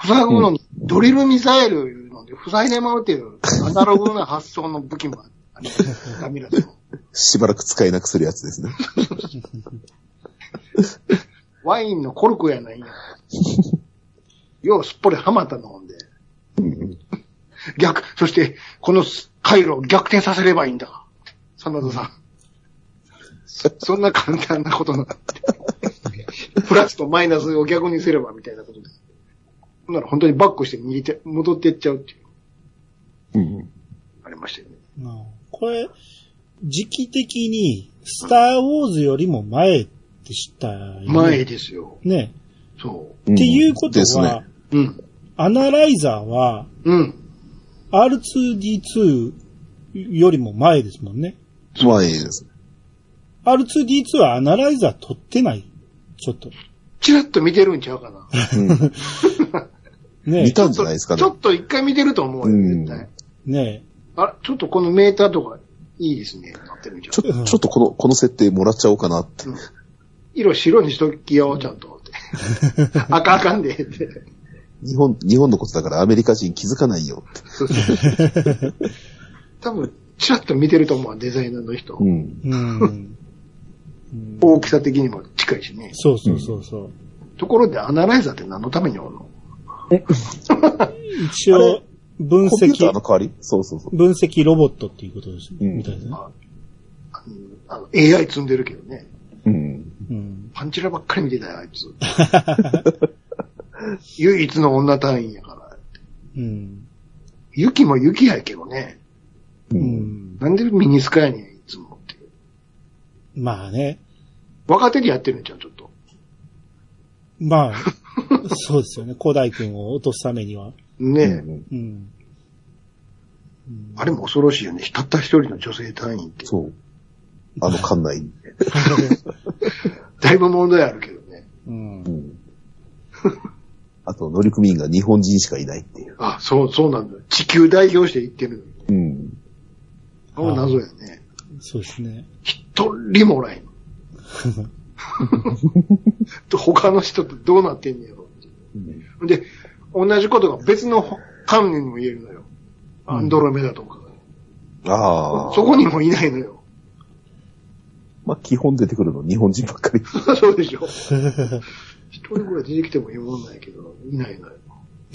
Speaker 2: 塞ぐのに、ドリルミサイルいうので塞いでまうっていう、アナログな発想の武器もある。 ダミラさん
Speaker 3: しばらく使えなくするやつですね。
Speaker 2: ワインのコルクやないんや。ようすっぽりはまったのほんで。逆、そして、この回路を逆転させればいいんだ。真田さん。そそんな簡単なことなんだ って。プラスとマイナスを逆にすればみたいなことで。ほんなら本当にバックして逃げて、戻ってっちゃうっていう、
Speaker 3: うん。
Speaker 2: ありましたよね。
Speaker 1: まあこれ、時期的に、スター・ウォーズよりも前って知ったよね
Speaker 2: 前ですよ。
Speaker 1: ね。
Speaker 2: そ
Speaker 3: って
Speaker 1: っていうこと
Speaker 3: です
Speaker 1: は、
Speaker 3: ね。
Speaker 2: う。うん。
Speaker 1: アナライザーは
Speaker 2: うん。
Speaker 1: R2D2 よりも前ですもんね。
Speaker 3: まあいいです。
Speaker 1: R2D2 はアナライザー取ってない。ちょっと。
Speaker 2: チラッと見てるんちゃうかな。
Speaker 3: うん
Speaker 1: ね
Speaker 3: 見たんじゃないですかね
Speaker 2: ちょ。っと一回見てると思うよ、絶対。
Speaker 3: うん
Speaker 1: ね
Speaker 2: あ、ちょっとこのメーターとかいいですね。なってるじゃん
Speaker 3: ち。ょちょっとこの、この設定もらっちゃおうかなって。
Speaker 2: 色白にしときよ、ちゃん と。って。赤あかんで、って。
Speaker 3: 日本、日本のことだからアメリカ人気づかないよって。
Speaker 2: 多分、ちらっと見てると思う、デザイナーの人。
Speaker 3: うん。
Speaker 1: うん。
Speaker 2: 大きさ的にも近いしね。
Speaker 1: そうそうそうそう。
Speaker 2: ところで、アナライザーって何のためにおるの
Speaker 1: 一応、分
Speaker 3: コンピュータ
Speaker 1: 析
Speaker 3: ーの、代わりそうそうそう。
Speaker 1: 分析ロボットっていうことです。
Speaker 3: うん
Speaker 1: みたいですね。
Speaker 2: あの、AI 積んでるけどね。
Speaker 3: うん。
Speaker 1: うん。
Speaker 2: パンチラばっかり見てたよ、あいつ。 唯一の女隊員やから。
Speaker 1: うん。
Speaker 2: ユキもユキやけどね。
Speaker 3: う。
Speaker 1: うんん。
Speaker 2: なんでミニスカやねん、いつもって。
Speaker 1: まあね。
Speaker 2: 若手でやってるんじゃん、ちょっと。
Speaker 1: まあ、そうですよね。古代君を落とすためには。
Speaker 2: ねえ。
Speaker 3: うん
Speaker 1: うん。
Speaker 2: あれも恐ろしいよね。たった一人の女性隊員って。
Speaker 3: そう。あの館内に。
Speaker 2: だいぶ問題あるけどね。
Speaker 1: うん
Speaker 3: う。ん。あと、乗組員が日本人しかいないっていう。
Speaker 2: あ、そう、そうなんだ。地球代表して行ってるのに。
Speaker 3: う
Speaker 2: あ
Speaker 3: ん。
Speaker 2: の謎やね。
Speaker 1: そうですね。
Speaker 2: 一人もおら へん。他の人ってどうなってんねやろって。で、同じことが別の関連にも言えるのよ。アンドロメダとか。
Speaker 3: ああ。
Speaker 2: そこにもいないのよ。
Speaker 3: まあ、基本出てくるの日本人ばっかり。
Speaker 2: そうでしょ。一人ぐらい出てきてもいいもんないけど、いないのよ。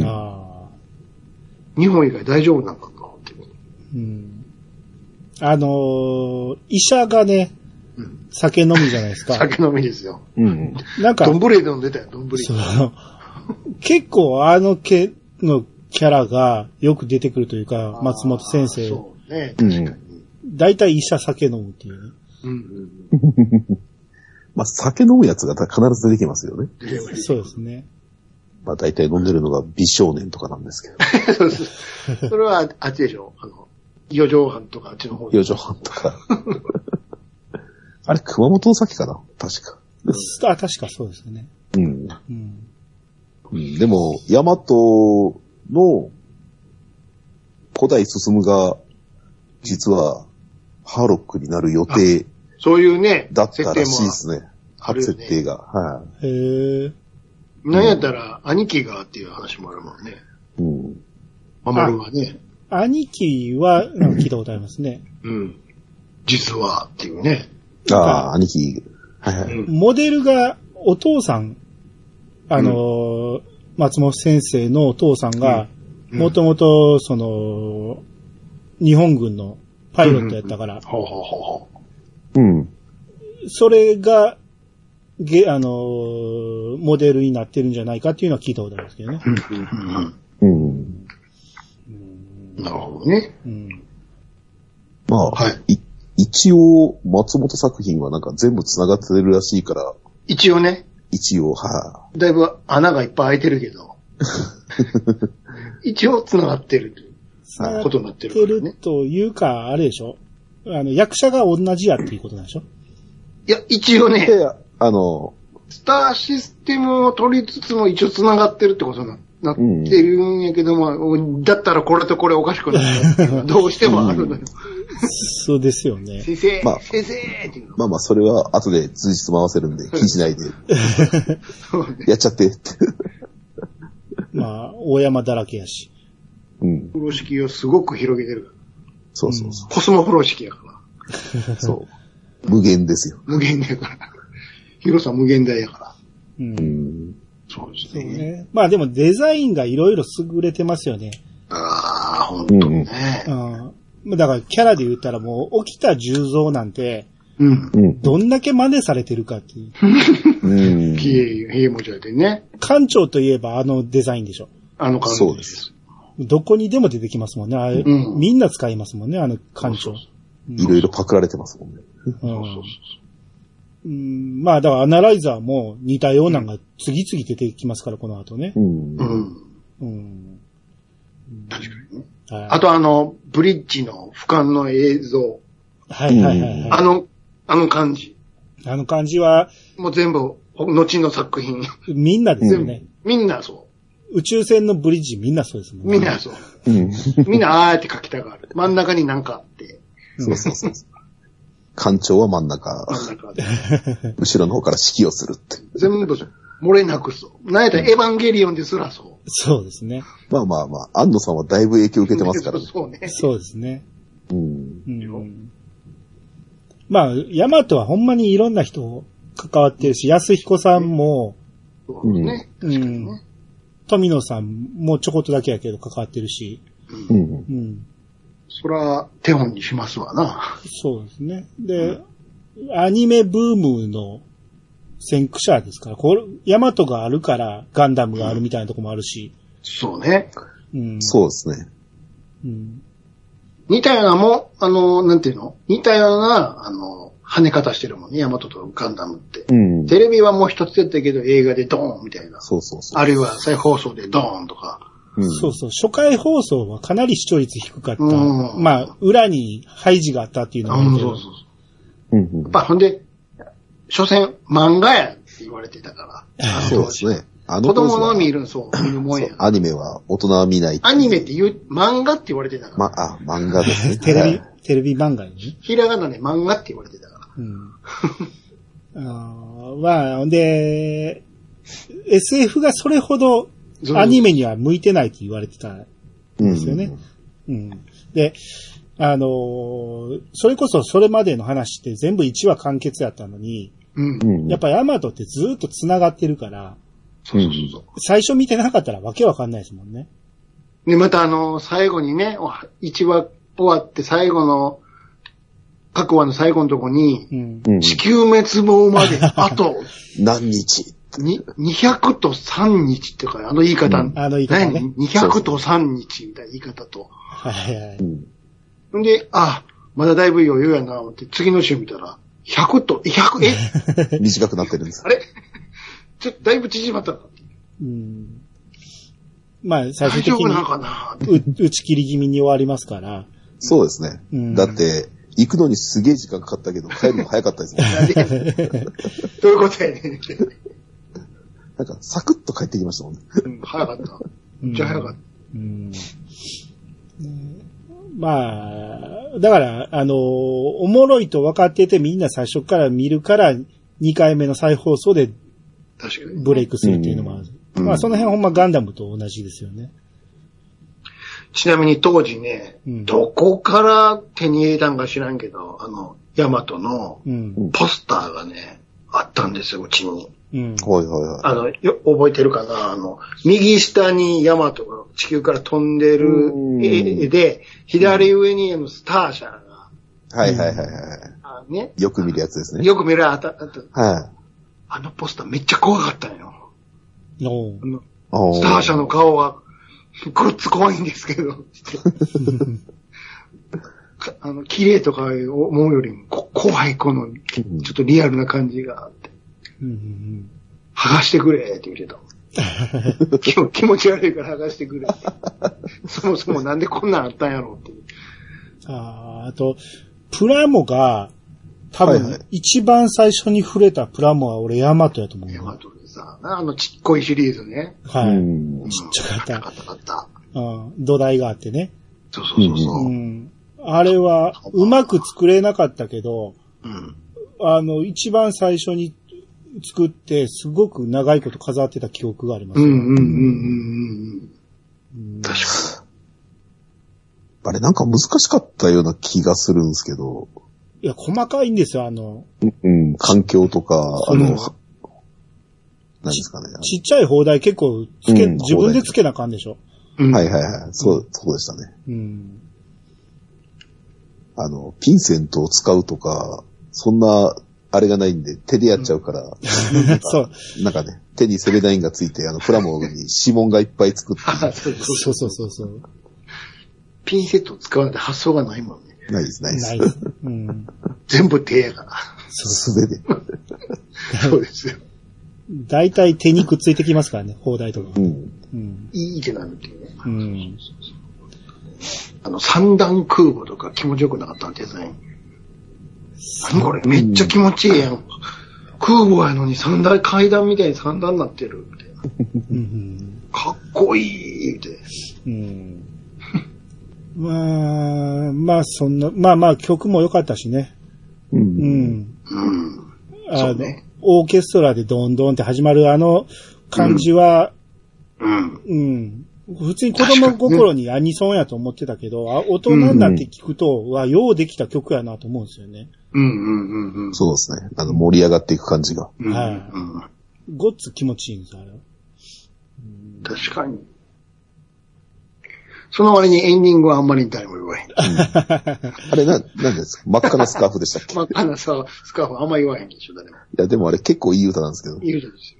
Speaker 1: ああ。
Speaker 2: 日本以外大丈夫なんかなって。
Speaker 1: うん。あのー医者がね
Speaker 2: うん、
Speaker 1: 酒飲むじゃないですか。
Speaker 2: 酒飲みですよ。
Speaker 3: うん。
Speaker 1: なんか、
Speaker 2: どんぶりで飲んでたよ、どんぶり
Speaker 1: そ。の、結構あのけのキャラがよく出てくるというか、松本先
Speaker 2: あー
Speaker 1: 生、
Speaker 2: そうね、
Speaker 3: う
Speaker 2: 確
Speaker 3: ん
Speaker 2: かに。
Speaker 1: 大体医者酒飲むっていうね。
Speaker 2: うんうん
Speaker 3: まあ、酒飲むやつが必ず出てきますよね。
Speaker 2: うん。出てます
Speaker 1: そうですね。
Speaker 3: まあ、大体飲んでるのが美少年とかなん ですけど。
Speaker 2: そうそうそれはあっちでしょあの、四畳半とかあっちの方で
Speaker 3: 四畳半とか。あれ、熊本の先かな確か。
Speaker 1: あ、確かそうですよね。
Speaker 3: うん。
Speaker 1: うん。
Speaker 3: うんでも、ヤマトの古代進むが、実は、ハーロックになる予定
Speaker 2: そういうね、
Speaker 3: だったらしいで
Speaker 2: 設
Speaker 3: すね。
Speaker 2: あるよね
Speaker 3: 設定が。は
Speaker 1: へえ。
Speaker 2: 定も。なんやったら、兄貴がっていう話もあるもんね。
Speaker 3: い。うん。
Speaker 2: 守るはね。
Speaker 1: 兄貴は、なんか聞いたことありますね。
Speaker 2: うん。実はっていうね。
Speaker 3: あ
Speaker 1: なん
Speaker 3: あ、
Speaker 1: か
Speaker 3: 兄貴。はいは
Speaker 2: う
Speaker 3: い。
Speaker 2: ん。
Speaker 1: モデルが、お父さん、あのー、松本先生のお父さんが、
Speaker 2: うん
Speaker 1: もともと、その、日本軍のパイロットやったから、
Speaker 2: ほうほうほうほう。
Speaker 3: うん。
Speaker 1: それが、げ、あのー、モデルになってるんじゃないかっていうのは聞いたことあるんですけどね。
Speaker 2: うん
Speaker 3: うん。
Speaker 2: うん。なるほどね。
Speaker 1: うん。
Speaker 3: まあ、、
Speaker 2: はい
Speaker 3: 一応、松本作品はなんか全部繋がってるらしいから、
Speaker 2: 一応ね、
Speaker 3: 一応、は
Speaker 2: だいぶ穴がいっぱい開いてるけど、一応繋がってるという
Speaker 1: 繋が
Speaker 2: こ
Speaker 1: っ
Speaker 2: とになっ
Speaker 1: て
Speaker 2: てるから
Speaker 1: る
Speaker 2: ね。
Speaker 1: というか、あれでしょあの、役者が同じやっていうことなんでしょ
Speaker 2: いや、一応
Speaker 3: い。
Speaker 2: ね、
Speaker 3: で、あの、
Speaker 2: スターシステムを取りつつも一応繋がってるってことななって
Speaker 3: ん
Speaker 2: るんやけども、だったらこれとこれおかしくなるっていうのはどうしてもあるのよ。
Speaker 1: そうですよね。
Speaker 2: 先生、
Speaker 3: まあ
Speaker 2: 先生っていうの。
Speaker 3: まあまあ、それは後で通じつ回せるんで、気にしないで、
Speaker 2: そうね。
Speaker 3: やっちゃって って。
Speaker 1: まあ、大山だらけやし。
Speaker 3: うん。
Speaker 2: 風呂敷をすごく広げてるから。
Speaker 3: そうそうそ
Speaker 2: コスモ風呂敷やから。
Speaker 3: う。そう。無限ですよ。
Speaker 2: 無限だから。広さ無限大やから。
Speaker 1: うん
Speaker 3: う。ん。
Speaker 2: そうです
Speaker 1: そう
Speaker 2: ね。
Speaker 1: ね。まあでもデザインがいろいろ優れてますよね。
Speaker 2: ああ、ほんとね。
Speaker 1: うん。だからキャラで言ったらもう、起きた重蔵なんて、
Speaker 2: うん。
Speaker 3: うん。
Speaker 1: どんだけ真似されてるかっていう。
Speaker 3: うん。
Speaker 2: ひえ、ひえもちゃでね。
Speaker 1: 館長といえばあのデザインでしょ。
Speaker 2: あの感じ。
Speaker 3: そうです。
Speaker 1: どこにでも出てきますもんね。あれ
Speaker 2: うん
Speaker 1: みんな使いますもんね、あの館
Speaker 2: そ
Speaker 1: 長
Speaker 2: う。
Speaker 3: いろいろパクられてますもんね。
Speaker 1: うん
Speaker 2: そうそうそう。
Speaker 1: うんまあだからアナライザーも似たようなのが次々出てきますから、この後ね
Speaker 3: う。ん。
Speaker 2: うん。
Speaker 1: うん。
Speaker 2: 確かにね。あ
Speaker 1: あ
Speaker 2: とあの、ブリッジの俯瞰の映像。
Speaker 1: はいはいはいはい。
Speaker 2: あの、あの感じ。
Speaker 1: あの感じは、
Speaker 2: もう全部、後の作品。
Speaker 1: みんなですよね。
Speaker 2: みんなそ
Speaker 1: 宇宙船のブリッジみんなそうですもん
Speaker 2: う。
Speaker 1: ね。
Speaker 2: みんなそう。
Speaker 3: うん。
Speaker 2: みんなああやって書きたがる。真ん中になんかあって。
Speaker 3: そうそうそう。艦長は真ん
Speaker 2: 真ん
Speaker 3: 中、
Speaker 2: 中あって。
Speaker 3: 後ろの方から指揮をするって。
Speaker 2: 全部そう。漏れなくそう。なんやったらエヴァンゲリオンですらそう。
Speaker 1: そうですね。
Speaker 3: まあまあまあ、安野さんはだいぶ影響受けてますからね。
Speaker 2: そうね。
Speaker 1: そうですね。
Speaker 3: うん。
Speaker 1: うん。まあ、ヤマトはほんまにいろんな人関わってるし、安彦さんも、
Speaker 2: そうね。
Speaker 1: うん。富野さんもちょこっとだけやけど関わってるし、
Speaker 3: うん。
Speaker 1: うん。
Speaker 2: そら、手本にしますわな。
Speaker 1: そうですね。で、アニメブームの先駆者ですから、これ、ヤマトがあるからガンダムがあるみたいなとこもあるし、
Speaker 2: そうね。
Speaker 1: うん。
Speaker 3: そうですね。
Speaker 1: う。うん。
Speaker 2: 似たようなもん、あの、なんていうの似たような、あの、跳ね方してるもんね、ヤマトとガンダムって。
Speaker 3: うん。
Speaker 2: テレビはもう一つやったけど、映画でドーンみたいな。
Speaker 3: そうそうそう。
Speaker 2: あるいは再放送でドーンとか。
Speaker 3: うん
Speaker 1: そうそう。初回放送はかなり視聴率低かった。
Speaker 2: うん
Speaker 1: まあ、裏にハイジがあったっていうのもあ
Speaker 2: う
Speaker 1: る
Speaker 2: ん、
Speaker 1: けど
Speaker 2: そうそうそう。
Speaker 3: うんう
Speaker 2: や
Speaker 3: ん
Speaker 2: っぱほんで、所詮漫画やって言われてたから。
Speaker 3: そうですね。あ
Speaker 2: 子供
Speaker 3: は
Speaker 2: の見る、そう、見るもんや
Speaker 3: そう。アニメは大人は見ない。
Speaker 2: アニメって言う、漫画って言われてたから。
Speaker 3: ま、あ、漫画ですね。
Speaker 1: テレビ
Speaker 3: はい、
Speaker 1: テレビ漫画よね。
Speaker 2: ひらがなで漫画って言われてたから。
Speaker 1: うん。あーまあ、ほんで、SF がそれほどアニメには向いてないって言われてたん
Speaker 3: うん
Speaker 1: ですよね。うん。で、あのーそれこそそれまでの話って全部1話完結やったのに、
Speaker 2: うん。
Speaker 3: うん。
Speaker 1: やっぱヤマトってずっと繋がってるから、
Speaker 2: そうそうそうそ
Speaker 1: 最初見てなかったらわけわかんないですもんね。
Speaker 2: う。で、またあの、最後にね、お一話終わって最後の、各話の最後のとこに、
Speaker 1: うん。
Speaker 3: うん、
Speaker 2: 地球滅亡まで、 あと、
Speaker 3: 何日
Speaker 2: に、200と3日っていうか、あの言い方。
Speaker 3: うん
Speaker 1: あの言い方ね
Speaker 2: 何 ?200 と3日みたいな言い方と。
Speaker 1: はいはい。
Speaker 3: うん。
Speaker 2: んで、あ、まだだいぶ余裕やな、思って、次の週見たら、100と、100、え
Speaker 3: 短くなってるんです
Speaker 2: あ。れちょっとだいぶ縮まったな。
Speaker 1: うん。まあ、最
Speaker 2: 大
Speaker 1: 終
Speaker 2: 丈
Speaker 1: 的
Speaker 2: 夫なの
Speaker 1: に
Speaker 2: かなって。
Speaker 1: う打ち切り気味に終わりますから。
Speaker 3: そうですね。
Speaker 1: うん
Speaker 3: だって、行くのにすげえ時間かかったけど、帰るの早かったです ね。
Speaker 2: なんでどういうことやね んって。
Speaker 3: なんか、サクッと帰ってきましたもんね。
Speaker 2: うん早かった。
Speaker 1: うん
Speaker 2: じゃあ早かった。
Speaker 1: うん。まあ、だから、あの、おもろいと分かっててみんな最初から見るから、2回目の再放送で
Speaker 2: 確かに。
Speaker 1: ブレイクするっていうのもある。
Speaker 3: うん
Speaker 1: まあ、その辺ほんまガンダムと同じですよね。
Speaker 2: ちなみに当時ね、
Speaker 1: うん
Speaker 2: どこから手に入れたんか知らんけど、あの、ヤマトの
Speaker 1: うん。
Speaker 2: ポスターがね、あったんですよ、うちに。
Speaker 1: うん。
Speaker 3: はいはいは
Speaker 2: あの、よ覚えてるかなあの、右下にヤマトが地球から飛んでる
Speaker 3: うん
Speaker 2: 絵で、左上にあのスターシャーが、
Speaker 3: い。はいはいはいは
Speaker 2: あね、
Speaker 3: い。よく見るやつですね。
Speaker 2: よく見られた、あと
Speaker 3: はい。
Speaker 2: あのポスターめっちゃ怖かったんよ。
Speaker 1: おう
Speaker 2: あの
Speaker 3: お
Speaker 2: スターシャーの顔が、ごっつ怖いんですけど、かあの、綺麗とか思うよりも、こ怖い、この、ちょ
Speaker 3: うん
Speaker 2: っとリアルな感じがあって、
Speaker 1: うん うん
Speaker 2: 剥がしてくれって言ってたもん。気持気持ち悪いから剥がしてくれ。そもそもなんでこんなんあったんやろうっていう。
Speaker 1: うんあーあと、プラモが、多
Speaker 3: はいは
Speaker 1: 分
Speaker 3: い、
Speaker 1: 一番最初に触れたプラモは俺ヤマトやと思う
Speaker 2: ヤ
Speaker 1: よ。
Speaker 2: マトでさ、あのちっこいシリーズね。
Speaker 3: う
Speaker 1: はい。
Speaker 3: ん。
Speaker 2: ち
Speaker 1: っちゃかった
Speaker 2: かったかった。
Speaker 1: うん土台があってね。
Speaker 2: そうそうそうそうう。
Speaker 1: ん。あれは、うまく作れなかったけど、
Speaker 2: うん。
Speaker 1: あの、一番最初に作って、すごく長いこと飾ってた記憶があります。
Speaker 2: うんうんうんうんうんうん。確か
Speaker 3: あれなんか難しかったような気がするんですけど、
Speaker 1: いや、細かいんですよ、あの、
Speaker 3: うん、環境とか、あ
Speaker 2: うん
Speaker 3: の、何ですかね。
Speaker 1: ちっちゃい放題結構つけ、
Speaker 3: うん
Speaker 1: 自分でつけなあかんでしょ。
Speaker 2: に。うん
Speaker 3: はいはいはい。そう、そうでしたね。
Speaker 1: うん。
Speaker 3: あの、ピンセントを使うとか、そんな、あれがないんで、手でやっちゃうから、
Speaker 1: そう、
Speaker 3: なんかね、手にセレナインがついて、あの、プラモに指紋がいっぱい作っ
Speaker 2: そう
Speaker 1: そうそうそうそう。
Speaker 2: ピンセットを使うなんて発想がないもんね。
Speaker 3: てないです、ないで
Speaker 1: ない
Speaker 3: す。
Speaker 1: です。うん。
Speaker 2: 全部手やから。
Speaker 3: すべて。
Speaker 2: そうですよ。
Speaker 1: 大体手にくっついてきますからね、放題とか
Speaker 3: う。ん。
Speaker 1: うん。
Speaker 2: いいってなるっていうね。
Speaker 1: うん。
Speaker 2: あの、三段空母とか気持ちよくなかったデザイン。何これめっちゃ気持ちいいやん。空母やのに三段、階段みたいに三段になってる。みたいな
Speaker 1: うん。
Speaker 2: かっこいいって。
Speaker 1: うん。まあ、まあそんな、まあまあ曲も良かったしね。
Speaker 3: う。
Speaker 1: うんん。
Speaker 2: うん。
Speaker 1: あ
Speaker 2: そ
Speaker 1: の、
Speaker 2: うね
Speaker 1: オーケストラでドンドンって始まるあの感じは、
Speaker 2: うん。
Speaker 1: うん。普通に子供心にアニソンやと思ってたけど、あ大人になって聞くと、はようできた曲やなと思うんですよね。
Speaker 2: うんうんうんうん。
Speaker 3: そうですね。あの、盛り上がっていく感じが。
Speaker 2: うん
Speaker 1: はい
Speaker 2: うん
Speaker 1: ごっつ気持ちいいんです、あれは。
Speaker 2: 確かに。その割にエンディングはあんまり誰も言 わへん。
Speaker 3: あれ、な、なんですか真っ赤なスカーフでしたっけ
Speaker 2: 真っ赤なさ、スカーフあんま言わへんでしょ、誰も。
Speaker 3: いや、でもあれ結構いい歌なんですけど。
Speaker 2: 言うじゃないですよ。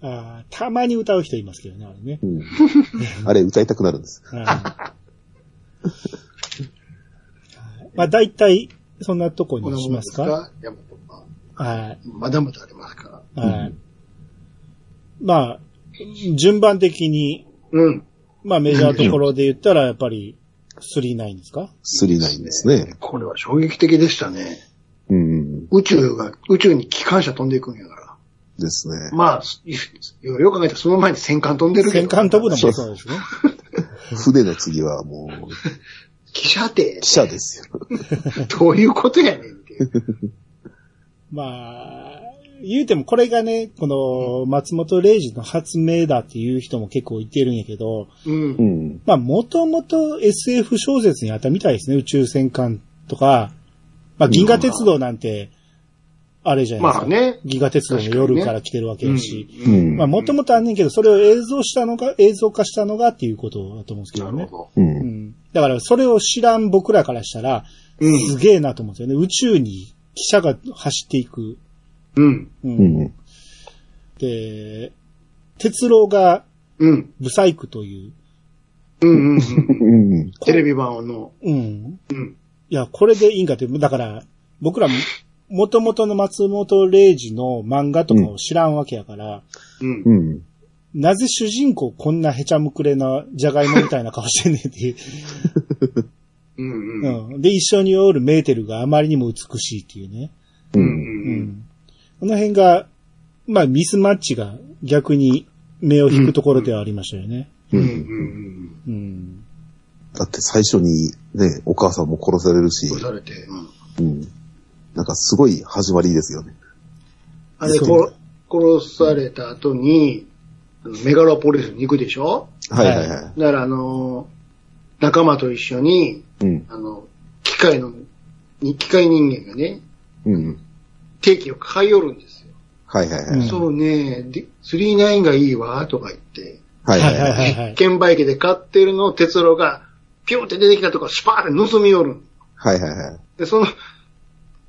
Speaker 1: あーたまに歌う人いますけどね、あれね。
Speaker 3: うん、あれ歌いたくなるんです。
Speaker 1: はいまあ大体、そんなとこ
Speaker 2: こん
Speaker 1: に
Speaker 2: な
Speaker 1: し
Speaker 2: もん
Speaker 1: ま
Speaker 2: ですす
Speaker 1: か
Speaker 2: か山本は
Speaker 1: はい。
Speaker 2: まだまだありますから。
Speaker 1: はい。まあ、順番的に、
Speaker 2: うん。
Speaker 1: まあメジャーところで言ったら、やっぱり、3-9ですか
Speaker 3: スリないんですね。
Speaker 2: これは衝撃的でしたね。
Speaker 3: うん。
Speaker 2: 宇宙が、宇宙に機関車飛んでいくんやから。
Speaker 3: ですね。
Speaker 2: まあ、いよく考えた らその前に戦艦飛んでるけ
Speaker 1: 戦
Speaker 2: ど。
Speaker 1: 艦飛ぶのもそうですね。
Speaker 3: 船の次はもう、
Speaker 2: 記者艇。
Speaker 3: 汽車ですよ。
Speaker 2: どういうことやねんっていう。
Speaker 1: まあ、言うてもこれがね、この、松本零士の発明だっていう人も結構いてるんやけど、
Speaker 2: うん
Speaker 3: う。ん。
Speaker 1: まあ、もともと SF 小説にあったみたいですね、宇宙戦艦とか、まあ、銀河鉄道なんて、あれじゃないです
Speaker 2: ま
Speaker 1: か。
Speaker 2: あね。
Speaker 1: ギガ鉄道の夜から来てるわけやし。
Speaker 2: うん
Speaker 3: うん
Speaker 1: まあ、もともとあんねんけど、それを映像したのが、映像化したのがっていうことだと思うんですけ
Speaker 2: な
Speaker 1: ど
Speaker 2: る
Speaker 1: ね。
Speaker 2: ほ
Speaker 3: う。
Speaker 1: うんん。だから、それを知らん僕らからしたら、
Speaker 2: ど。うん。
Speaker 1: すげえなと思うんですよね。宇宙に汽車が走っていく。
Speaker 2: うん。
Speaker 1: うん
Speaker 3: うん。
Speaker 1: で、鉄郎が
Speaker 2: うん。
Speaker 1: ブサイクという。
Speaker 2: うん。うん。
Speaker 3: うん。
Speaker 2: テレビ版の。
Speaker 1: うん。
Speaker 2: うん。
Speaker 1: いや、これでいいんかって。だから、僕らも、元々の松本零士の漫画とかを知らんわけやから、
Speaker 2: うん。
Speaker 3: うん。
Speaker 1: なぜ主人公こんなへちゃむくれなジャガイモみたいな顔してんねんっていう。
Speaker 2: うん。うん。
Speaker 1: うん。で、一緒におるメーテルがあまりにも美しいっていうね。
Speaker 3: う。
Speaker 2: うん。
Speaker 1: うんこの辺が、まあ、ミスマッチが逆に目を引くところではありましたよね。
Speaker 2: うん。う
Speaker 3: うん。
Speaker 2: ん。
Speaker 1: うん。
Speaker 3: だって最初にね、お母さんも殺されるし、
Speaker 2: 殺されて。うん。
Speaker 3: うん。なんかすごい始まりですよね。
Speaker 2: あれ、こ殺された後に、あのメガロポリスに行くでしょ
Speaker 3: はい
Speaker 1: はい
Speaker 3: はいは
Speaker 2: だから、あのー、仲間と一緒に、
Speaker 3: い。うん。
Speaker 2: あの、機械の、に機械人間がね、
Speaker 3: うん。
Speaker 2: 定期を買い寄るんですよ。
Speaker 3: はいはいは
Speaker 1: うん
Speaker 3: い。
Speaker 2: そうね、で39がいいわ、とか言って、
Speaker 3: はいはい
Speaker 1: はいは
Speaker 3: はいい。
Speaker 2: 実験バイクで買ってるのを哲郎が、ピュンって出てきたとこスパーって盗み寄るん
Speaker 3: はいはいはい。
Speaker 2: で、その、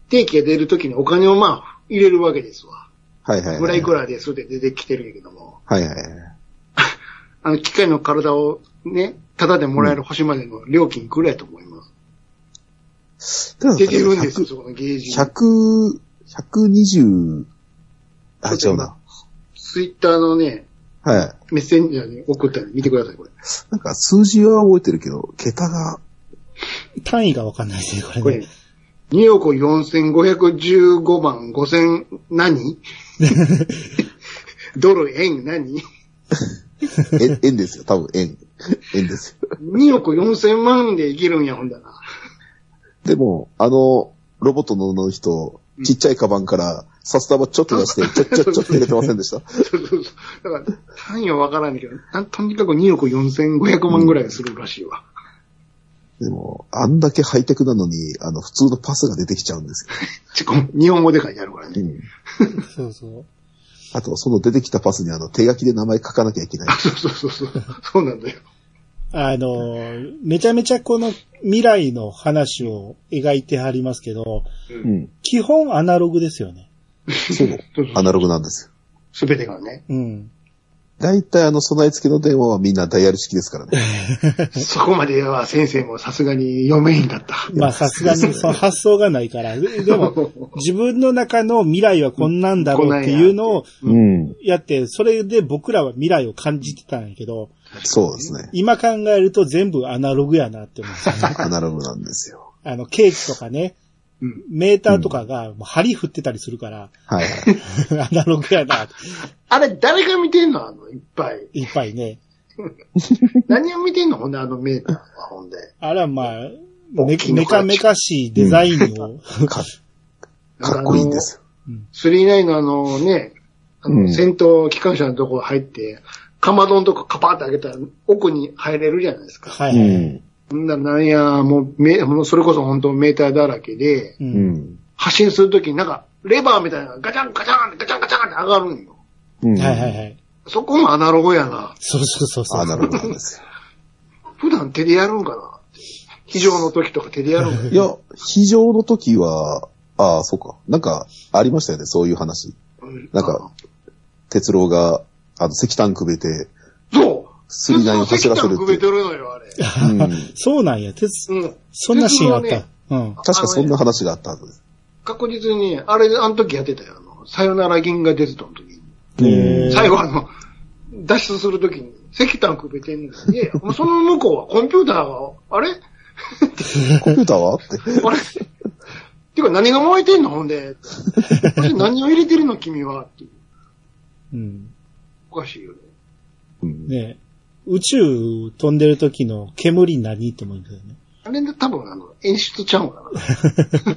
Speaker 2: 定期が出るときにお金をまあ、入れるわけですわ。
Speaker 3: はいはいはい。
Speaker 2: ぐらいくらですって出てきてるんやけども。
Speaker 3: はいはいはい。
Speaker 2: あの、機械の体をね、タダでもらえる星までの料金くらいと思います。
Speaker 3: ただ
Speaker 2: 出てるんですよ、
Speaker 3: 100
Speaker 2: そこのゲージ。
Speaker 3: 100、120、あ、違うな。
Speaker 2: ツイッターのね、
Speaker 3: はい。
Speaker 2: メッセンジャーに送ったの見てください、これ。
Speaker 3: なんか数字は覚えてるけど、桁が、
Speaker 1: 単位がわかんないですね、こ
Speaker 2: こ
Speaker 1: れ
Speaker 2: れ
Speaker 1: ね。、
Speaker 2: 2億4515万5000何 ドル、円、何
Speaker 3: 円、円ですよ。多分円。円ですよ。
Speaker 2: ?2 億4000万でいけるんや、ほんだな。
Speaker 3: でも、あの、ロボットの女の人、ちっちゃいカバンから、札束ちょっと出 して、ちょっちょっちょっと入れてませんでした。
Speaker 2: そうそうそう。だから、単位はわからんけど、なんとにかく2億4500万ぐらいするらしいわ。
Speaker 3: でも、あんだけハイテクなのに、あの、普通のパスが出てきちゃうんです
Speaker 2: ちこ日本語で書いてあるからね。
Speaker 3: よ。うん。
Speaker 1: そうそう。
Speaker 3: あと、その出てきたパスにあの、手書きで名前書かなきゃいけない。
Speaker 2: そうそうそうそう。そうなんだよ。
Speaker 1: あの、めちゃめちゃこの未来の話を描いてはりますけど、
Speaker 3: うん。
Speaker 1: 基本アナログですよね。
Speaker 3: そう
Speaker 2: そうそう。
Speaker 3: アナログなんですよ。
Speaker 2: すべてがね。
Speaker 1: うん。
Speaker 3: だいたいあの、備え付けの電話はみんなダイヤル式ですからね。
Speaker 2: そこまでは先生もさすがに読めへんかった。
Speaker 1: まあさすがにその発想がないから。ででも、自分の中の未来はこんなんだろうっていうのを
Speaker 3: うん。
Speaker 1: やって、それで僕らは未来を感じてたんやけど、
Speaker 3: そうですね。
Speaker 1: 今考えると全部アナログやなって思うんですよね。
Speaker 3: アナログなんですよ。
Speaker 1: あの、ケーキとかね、
Speaker 2: うん
Speaker 1: メーターとかが、もう針振ってたりするから、
Speaker 3: はいはい。
Speaker 1: アナログやな、
Speaker 2: あれ、誰が見てんのあの、いっぱい。
Speaker 1: いっぱいね。
Speaker 2: 何を見てんのほんで、あのメーターは、ほんで。
Speaker 1: あら、まあ、め
Speaker 2: 大きい
Speaker 1: メ
Speaker 2: の
Speaker 1: カ
Speaker 2: か
Speaker 1: メカしいデザインを、
Speaker 3: かかっこいいんですよ。
Speaker 2: 39のあのね、あ
Speaker 3: う
Speaker 2: の、
Speaker 3: ん
Speaker 2: 戦闘機関車のとこ入って、かまどのとこカパーって開けたら奥に入れるじゃないですか。
Speaker 1: は
Speaker 3: う
Speaker 1: い。
Speaker 3: ん。
Speaker 2: ほんならなんや、もう、め、もうそれこそ本当メーターだらけで、
Speaker 1: う。
Speaker 3: うんん。
Speaker 2: 発進するときになんか、レバーみたいなのがガチャンガチャンガチャンガチャンって上がるんよ。
Speaker 3: うん。
Speaker 1: はいはいはい。
Speaker 2: そこもアナログやな。
Speaker 1: そうそうそうそう。
Speaker 3: アナログなんですよ。
Speaker 2: 普段手でやるんかな非常の時とか手でやるんかない
Speaker 3: や、非常の時は、ああ、そうか。なんか、ありましたよね、そういう話。
Speaker 2: うん
Speaker 3: なんか、哲郎が、あの、石炭くべて、
Speaker 2: そう
Speaker 3: スリナイを走らせる
Speaker 2: 鉄の石炭くべ
Speaker 3: って。
Speaker 2: てるのよ、あれ。
Speaker 3: うん、
Speaker 1: そうなんや。鉄、
Speaker 2: うん。
Speaker 1: そんなシーンあっ
Speaker 2: 鉄道ね
Speaker 1: た。うん。
Speaker 3: 確かそんな話があったはずです。
Speaker 2: 確実に、あれ、あの時やってたよ。あの、さよなら銀河鉄道の時に。
Speaker 1: へー
Speaker 2: 最後あの、脱出する時に石炭くべてんのに、いやいやもうその向こうはコンピューターが、あれ
Speaker 3: コンピューターはって。
Speaker 2: あれてか何が燃えてんのほんで。これ何を入れてるの君はっていう。
Speaker 1: うん。
Speaker 2: おかしいよね。
Speaker 3: うん
Speaker 1: ね宇宙飛んでる時の煙何って思うんだよね。
Speaker 2: あれで多分あの、演出ちゃうんかな。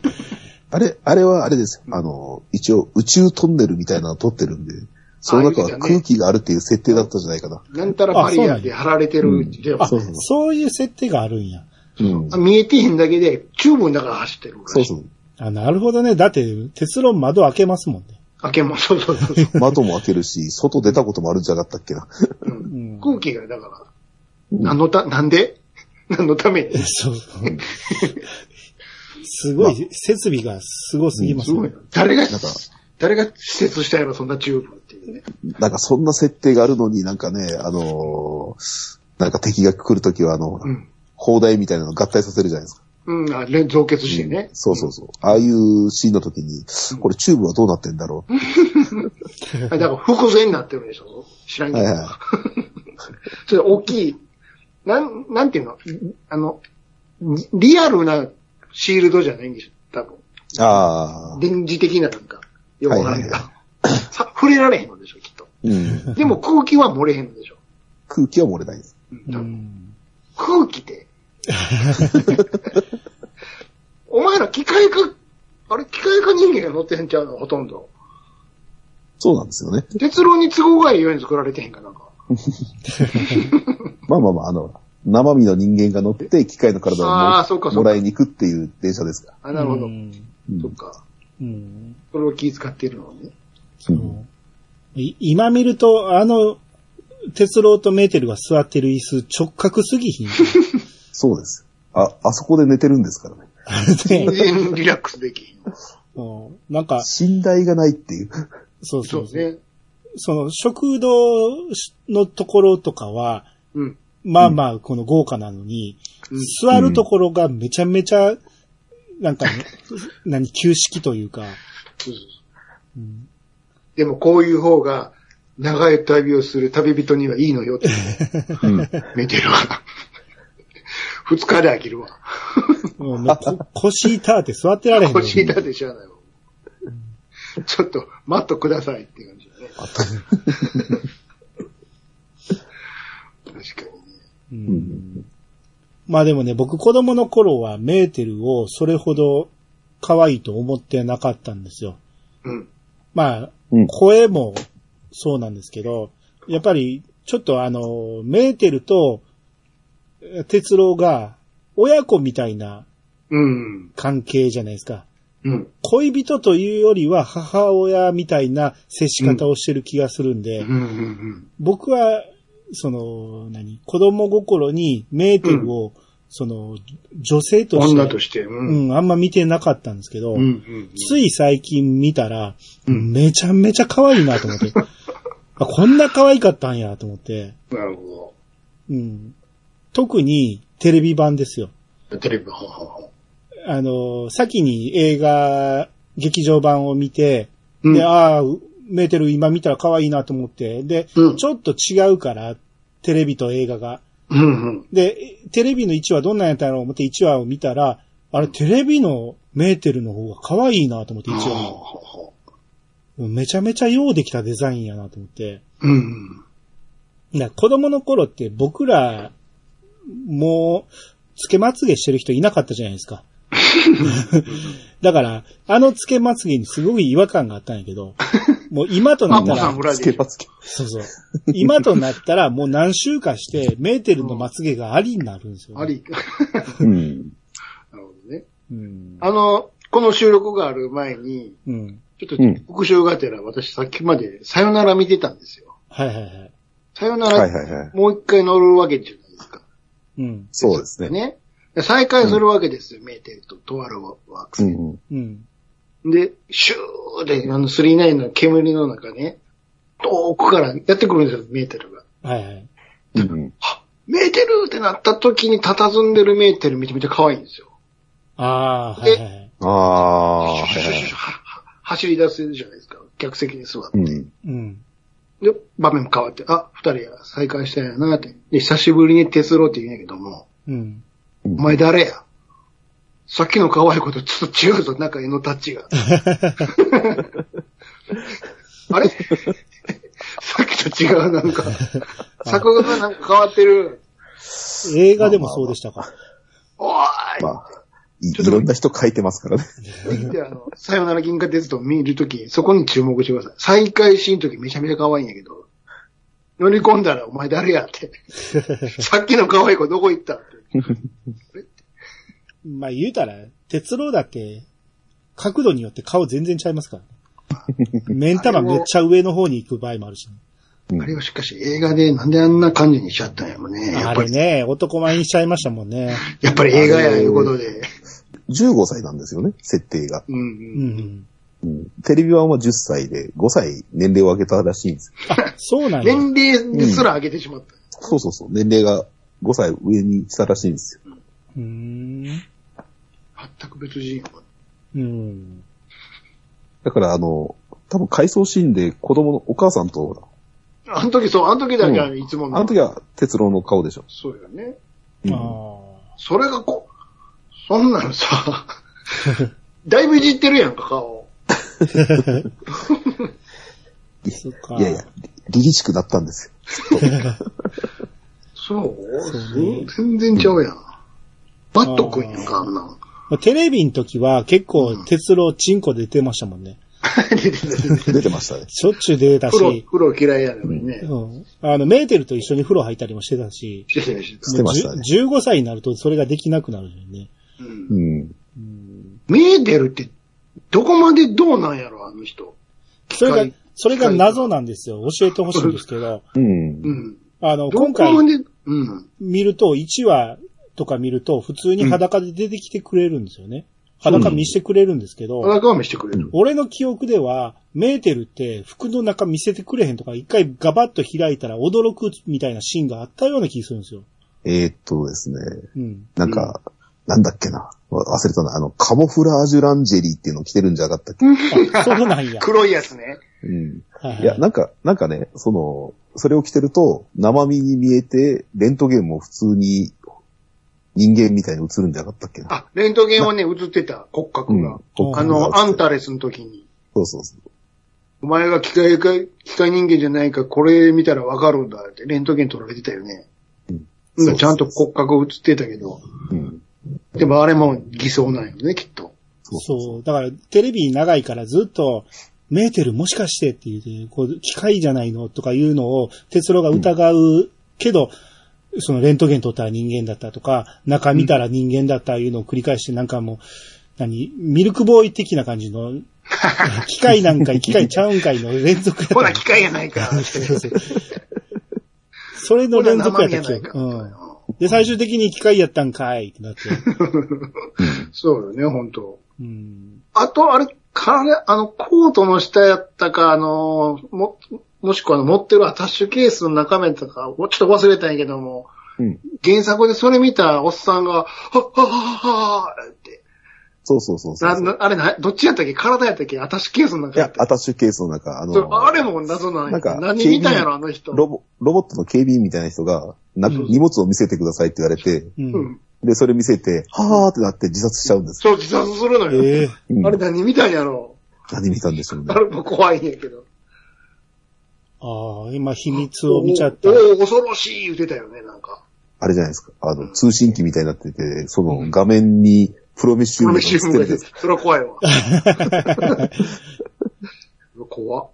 Speaker 3: あれ、あれはあれです。あの、一応宇宙トンネルみたいなのを撮ってるんで、その中
Speaker 2: あいいで
Speaker 3: は
Speaker 2: すよね
Speaker 3: 空気があるっていう設定だったんじゃないかな。
Speaker 2: なんたらバリアで貼られてるって言って
Speaker 1: あ、
Speaker 2: た
Speaker 1: そ
Speaker 3: そううそう
Speaker 1: いう設定があるんや。
Speaker 3: うん。
Speaker 2: よ見えてへんだけで、チューブの中から走ってる。
Speaker 3: そうそう。
Speaker 1: あ、なるほどね。だって、鉄論窓開けますもんね。
Speaker 2: 開けも、そうそうそうそう。
Speaker 3: 窓も開けるし、外出たこともあるんじゃなかったっけな。
Speaker 2: うん
Speaker 1: うん
Speaker 2: 空気が、だから、何のた、なんで 何のために
Speaker 1: そう。すごい、設備がすごすぎます
Speaker 2: すごい
Speaker 1: ね
Speaker 2: な。。誰が
Speaker 3: なんか、
Speaker 2: 誰が施設したやろ、そんなチューブっていうね。
Speaker 3: なんかそんな設定があるのになんかね、あのーなんか敵が来るときはあの、
Speaker 2: うん
Speaker 3: 砲台みたいなの合体させるじゃないですか。
Speaker 2: うん、あ連造血してね。
Speaker 3: そうそうそう。ああいうシーンの時に、これチューブはどうなってんだろう。
Speaker 2: あだから、伏線になってるでしょ知らんけ
Speaker 3: はい
Speaker 2: ど。
Speaker 3: は
Speaker 2: それ大きい、なん、なんていうのあの、リリアルなシールドじゃないんでしょ多分。
Speaker 3: い。ああ。
Speaker 2: 電磁的ななんか、よくわからんけど
Speaker 3: はいは。
Speaker 2: さ触れられへんのでしょ、きっと。
Speaker 3: うん。
Speaker 2: でも空気は漏れへんのでしょ。
Speaker 3: 空気は漏れないです。
Speaker 2: うん
Speaker 1: う
Speaker 2: 多分
Speaker 1: ん
Speaker 2: 空気 で。お前ら機械化、あれ機械化人間が乗ってへんちゃうのほとんど。
Speaker 3: そうなんですよね。
Speaker 2: 鉄郎に都合がいいように作られてへんかなんか。
Speaker 3: まあまあまあ、あの、生身の人間が乗って機械の体を
Speaker 2: ああ
Speaker 3: も
Speaker 2: そうかそうか
Speaker 3: もらいに行くっていう電車ですか
Speaker 2: あ、なるほど。
Speaker 1: う
Speaker 3: ら。うん
Speaker 2: そっか。
Speaker 1: ん。
Speaker 2: それを気遣ってるのね。
Speaker 3: うん
Speaker 1: い今見ると、あの、鉄郎とメーテルが座ってる椅子直角すぎひん。
Speaker 3: そうです。あ、あそこで寝てるんですからね。
Speaker 2: 全然リラックスできへん。
Speaker 1: うんなんか、
Speaker 3: 寝台がないっていう。
Speaker 1: そう
Speaker 2: そ
Speaker 1: そうう
Speaker 2: です
Speaker 1: そう。
Speaker 2: ね。
Speaker 1: その食堂のところとかは、
Speaker 2: うん。
Speaker 1: まあまあ、この豪華なのに、
Speaker 2: うん
Speaker 1: 座るところがめちゃめちゃ、なん か、何、旧式というか、
Speaker 2: そうそうそ
Speaker 1: う
Speaker 2: う
Speaker 1: ん
Speaker 2: でもこういう方が、長い旅をする旅人にはいいのよって、
Speaker 3: うん
Speaker 2: 見てるわ。二日で飽きるわ。
Speaker 1: もうもうこ腰痛って座ってられへんのに。
Speaker 2: 腰痛でしゃあないわ。ちょっと、マットくださいっていう感じだね。 確かにね。
Speaker 1: うん
Speaker 3: ん
Speaker 1: まあでもね、僕子供の頃はメーテルをそれほど可愛いと思ってなかったんですよ。
Speaker 2: うん。
Speaker 1: まあ、
Speaker 3: うん
Speaker 1: 声もそうなんですけど、やっぱりちょっとあの、メーテルとえ哲郎が親子みたいな
Speaker 2: うん。
Speaker 1: 関係じゃないですか。
Speaker 2: うん。
Speaker 1: 恋人というよりは母親みたいな接し方をしてる気がするんで、
Speaker 2: うん。うん。
Speaker 1: 僕は、その、何子供心にメーテルを、その、女性として、
Speaker 2: 女として。うん。
Speaker 1: うん、あんま見てなかったんですけど、
Speaker 2: うん。うん。
Speaker 1: つい最近見たら、
Speaker 2: うん
Speaker 1: めちゃめちゃ可愛いなと思 って、あこんな可愛かったんやと思って、
Speaker 2: なるほ
Speaker 1: うん、特にテレビ版ですよ。
Speaker 2: ど。テレビ、ははは
Speaker 1: あの、先に映画、劇場版を見て、
Speaker 2: うん
Speaker 1: で、ああ、メーテル今見たら可愛いなと思って、で、
Speaker 2: うん
Speaker 1: ちょっと違うから、テレビと映画が。
Speaker 2: うん。うん。
Speaker 1: で、テレビの1話どんなんやったんやろう思って1話を見たら、あれ、テレビのメーテルの方が可愛いなと思って1
Speaker 2: はは
Speaker 1: 話
Speaker 2: はは
Speaker 1: 見めちゃめちゃ用できたデザインやなと思って。
Speaker 2: うん。
Speaker 1: いや、子供の頃って僕ら、もう、つけまつげしてる人いなかったじゃないです か。だから、あのつけまつげにすごい違和感があったんやけど、もう今とな
Speaker 2: マ
Speaker 1: った
Speaker 2: コさ
Speaker 1: ら
Speaker 2: ん、ぐらい
Speaker 3: つ
Speaker 2: で
Speaker 3: け
Speaker 2: しょ。
Speaker 3: ばつけ。
Speaker 1: そうそう。今となったらもう何週かして、メーテルのまつげがありになるんですよ、
Speaker 2: あ。り。
Speaker 3: うん。
Speaker 2: なるほどね。
Speaker 1: うん。
Speaker 2: あの、この収録がある前に、
Speaker 1: うん。
Speaker 2: ちょっと
Speaker 3: うん
Speaker 2: 復習がてら、私さっきまでさよなら見てたんですよ。
Speaker 1: はいはいはい。
Speaker 2: さよな
Speaker 3: はいは
Speaker 2: ら、
Speaker 3: いはい。
Speaker 2: もう一回乗るわけじゃないですか。
Speaker 1: うん。
Speaker 3: そうですね。
Speaker 2: ね。で再開するわけですよ、メーテルととある惑
Speaker 3: う
Speaker 2: 星。
Speaker 3: んうん。
Speaker 1: うん。
Speaker 2: で、シューで、あの、39の煙の中ね、遠くからやってくるんですよ、メーテルが。
Speaker 1: はいはい。
Speaker 3: うんうん。
Speaker 2: はメーテルってなった時に佇んでるメーテルめちゃめちゃ可愛いんですよ。
Speaker 1: ああ、はいはいはい。
Speaker 3: あ
Speaker 2: シュ
Speaker 3: あ、は
Speaker 2: シュシュ
Speaker 3: い
Speaker 2: シュシュはは走り出せるじゃないですか。客席に座って。
Speaker 3: はい。うん。
Speaker 1: うん。
Speaker 2: で、場面も変わって、あ、二人は再会したんやなって。で、久しぶりに鉄郎って言うんやけども、
Speaker 1: うん。
Speaker 2: お前誰やさっきの可愛い子とちょっと違うぞ、中絵のタッチが。あれさっきと違う、なんか。作画がなんか変わってる。
Speaker 1: 映画でもそうでしたか。
Speaker 2: おーい、
Speaker 3: まあ、いいろんな人書いてますからね。
Speaker 2: で、あの、 さよなら銀河鉄道見るとき、そこに注目してください。再開シーンのときめちゃめちゃ可愛いんやけど、乗り込んだらお前誰やって。さっきの可愛い子どこ行ったって。
Speaker 1: まあ言うたら、鉄郎だって、角度によって顔全然ちゃいますから。目ん玉めっちゃ上の方に行く場合もあるし、
Speaker 2: あれはしかし映画でなんであんな感じにしちゃったんやろね。や
Speaker 1: あ
Speaker 2: っぱ
Speaker 1: れ
Speaker 2: り、
Speaker 1: ね、男前にしちゃいましたもんね。
Speaker 2: やっぱり映画やいうことで。
Speaker 3: 15歳なんですよね、設定が。
Speaker 2: うん
Speaker 1: うんう
Speaker 2: う。
Speaker 1: んん。
Speaker 3: テレビ版は10歳で、5歳年齢を上げたらしいんです。
Speaker 1: あ、そうなんや。
Speaker 2: 年齢ですら上げてしまった。
Speaker 3: そうそうそう、年齢が5歳上にしたらしいんですよ。
Speaker 1: うーん。
Speaker 2: 全く別人やもん
Speaker 1: うん。
Speaker 3: だからあの、多分回想シーンで子供のお母さんとほら、
Speaker 2: あの時そう、あの時だけはいつも
Speaker 3: あの時は哲郎の顔でしょ。
Speaker 2: そうよね。
Speaker 3: うん
Speaker 1: ああ。
Speaker 2: それがこ、そんなのさ、だいぶいじってるやんか、顔。
Speaker 1: そっか。
Speaker 3: いやいや、りりしくなったんですよ。
Speaker 2: そう
Speaker 1: そうね
Speaker 2: 全然ちゃうやん。バットくんやんか、あんなん。
Speaker 1: まあテレビの時は結構鉄郎チンコ出てましたもんね。
Speaker 2: 出てた出 てた
Speaker 3: 出てましたね。
Speaker 1: しょっちゅう出てた
Speaker 2: 風呂、
Speaker 1: し、
Speaker 2: 風呂嫌いやねんね。
Speaker 1: うん。あの、メーテルと一緒に風呂入ったりもしてたし、
Speaker 2: してたして
Speaker 3: してましたね。
Speaker 1: じゅ15歳になるとそれができなくなるよね。
Speaker 2: た。うん
Speaker 3: うん。
Speaker 2: メーデルって、どこまでどうなんやろ、あの人。
Speaker 1: それ
Speaker 2: は
Speaker 1: が
Speaker 2: い、
Speaker 1: それが謎なんですよ。教えてほしいんですけど、
Speaker 3: うん
Speaker 2: う。ん。
Speaker 1: あの、
Speaker 2: ど
Speaker 1: 今
Speaker 2: こ
Speaker 1: 回
Speaker 2: まで、うん。
Speaker 1: 見ると、1話とか見ると、普通に裸で出てきてくれるんですよね。裸見せてくれるんですけど、
Speaker 2: 裸は見せてくれる。
Speaker 1: 俺の記憶では、メーテルって服の中見せてくれへんとか、一回ガバッと開いたら驚くみたいなシーンがあったような気がするんですよ。
Speaker 3: えーっとですね、
Speaker 1: うん。
Speaker 3: なんか、なんだっけな。わ忘れたな。あの、カモフラージュランジェリーっていうの着てるんじゃなかったっけ
Speaker 1: あそうなんや。
Speaker 2: 黒いやつね。
Speaker 3: うん。
Speaker 1: はい
Speaker 3: いや、なんか、なんかね、その、それを着てると、生身に見えて、レントゲンも普通に人間みたいに映るんじゃなかったっけな。
Speaker 2: あ、レントゲンはね、映ってた、骨
Speaker 3: う
Speaker 2: 格
Speaker 3: ん
Speaker 2: が。。
Speaker 1: うん
Speaker 2: あの、アン。タレスの時に。
Speaker 3: そうそうそう。
Speaker 2: お前が機械か、機械人間じゃないか、これ見たらわかるんだって、レントゲン撮られてたよね。
Speaker 3: そう
Speaker 2: う
Speaker 3: そ
Speaker 2: ん。
Speaker 3: う
Speaker 2: ちゃんと骨格映ってたけど。
Speaker 3: うん。
Speaker 2: でもあれも偽装なんよね、きっと。
Speaker 1: そう。だから、テレビ長いからずっと、メーテルもしかしてっていう、こう、機械じゃないのとかいうのを、哲郎が疑うけど、そのレントゲン撮ったら人間だったとか、中見たら人間だったいうのを繰り返して、なんかもう、何ミルクボーイ的な感じの、機械なんかい、機械ちゃうんかいの連続や
Speaker 2: ほら、
Speaker 1: った。
Speaker 2: 機械やないか。
Speaker 1: それの
Speaker 2: ほら、
Speaker 1: 連続
Speaker 2: 生
Speaker 1: やっ
Speaker 2: 身
Speaker 1: た
Speaker 2: やな
Speaker 1: 記
Speaker 2: いか
Speaker 1: 憶。。うん。で、最終的に機械やったんかいってなって。
Speaker 2: そうよね、本当
Speaker 1: うん。
Speaker 2: あと、あれ、彼、あの、コートの下やったか、あの、も、もしくはあの持ってるアタッシュケースの中身とか、おちょっと忘れたんやけども、
Speaker 3: うん。
Speaker 2: 原作でそれ見たおっさんが、はっはっはっはーって、
Speaker 3: そうそうそうそう。
Speaker 2: な、な、あれな、どっちやったっけ体やったっけアタッシュケースの
Speaker 3: い
Speaker 2: 中やっ
Speaker 3: や、
Speaker 2: た
Speaker 3: ア
Speaker 2: っけ
Speaker 3: タッシュケースの中、あの、
Speaker 2: それあれも謎なん
Speaker 3: な
Speaker 2: や
Speaker 3: んか。
Speaker 2: 何見たんやろ、あ
Speaker 3: 警備員
Speaker 2: の人。
Speaker 3: ロボ、ロボットの警備員みたいな人が、な
Speaker 1: うん
Speaker 3: 荷物を見せてくださいって言われて、
Speaker 1: う。
Speaker 2: うんん。
Speaker 3: で、それ見せて、はーってなって自殺しちゃうんです。
Speaker 2: そう、自殺するのよ。
Speaker 1: ええ
Speaker 3: うん
Speaker 2: あれ何見たんやろ
Speaker 3: 何見たん でしょうね
Speaker 2: あ。れも怖いんやけど。
Speaker 1: ああ、今秘密を見ちゃった
Speaker 2: お。お、恐ろしい言うてたよね、なんか。
Speaker 3: あれじゃないですか。あの、通信機みたいになってて、その画面にプロメシウムが映ってるんです。
Speaker 2: それは怖い わ。怖っ。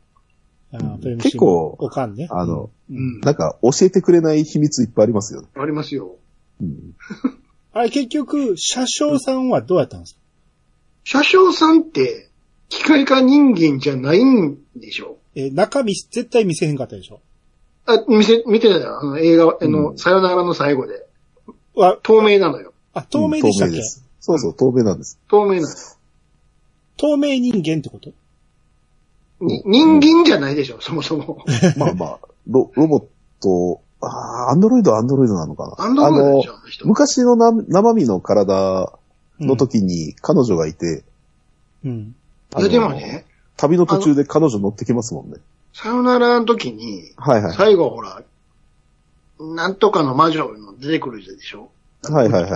Speaker 1: ああ
Speaker 3: 結構
Speaker 1: おかんね。
Speaker 3: あの、
Speaker 2: うん。
Speaker 3: なんか教えてくれない秘密いっぱいありますよね。
Speaker 2: ありますよ。
Speaker 3: うん。
Speaker 1: あれ結局、車掌さんはどうやったんですか
Speaker 2: 車掌さんって、機械化人間じゃないんでしょ
Speaker 1: え、中身絶対見せへんかったでしょ
Speaker 2: あ、見せ、見てたじゃん。あの映画、あの、
Speaker 3: うん
Speaker 2: さよならの最後で。
Speaker 1: あ、
Speaker 2: 透明なのよ。
Speaker 1: あ、透明でしたっ
Speaker 3: うん透明
Speaker 1: け
Speaker 3: ですそうそう、透明な んです。
Speaker 2: 透明なのよ。
Speaker 1: 透明人間ってこと
Speaker 2: に人間じゃないでしょ、そもそ も。
Speaker 3: まあまあ、ロロボット、ああ、アンドロイドはアンドロイドなのかな。
Speaker 2: アンドロイドでしょ、あの
Speaker 3: あの
Speaker 2: 人。
Speaker 3: 昔のな生身の体
Speaker 1: うん
Speaker 3: の。時に彼女がいて、
Speaker 1: うん。
Speaker 3: あの
Speaker 2: でもね、
Speaker 3: 旅の途中で彼女乗ってきますもんね。
Speaker 2: さよならの時に、
Speaker 3: はいはい。
Speaker 2: 最後ほら、なんとかの魔女の出てくるでしょ
Speaker 3: はいはいはい。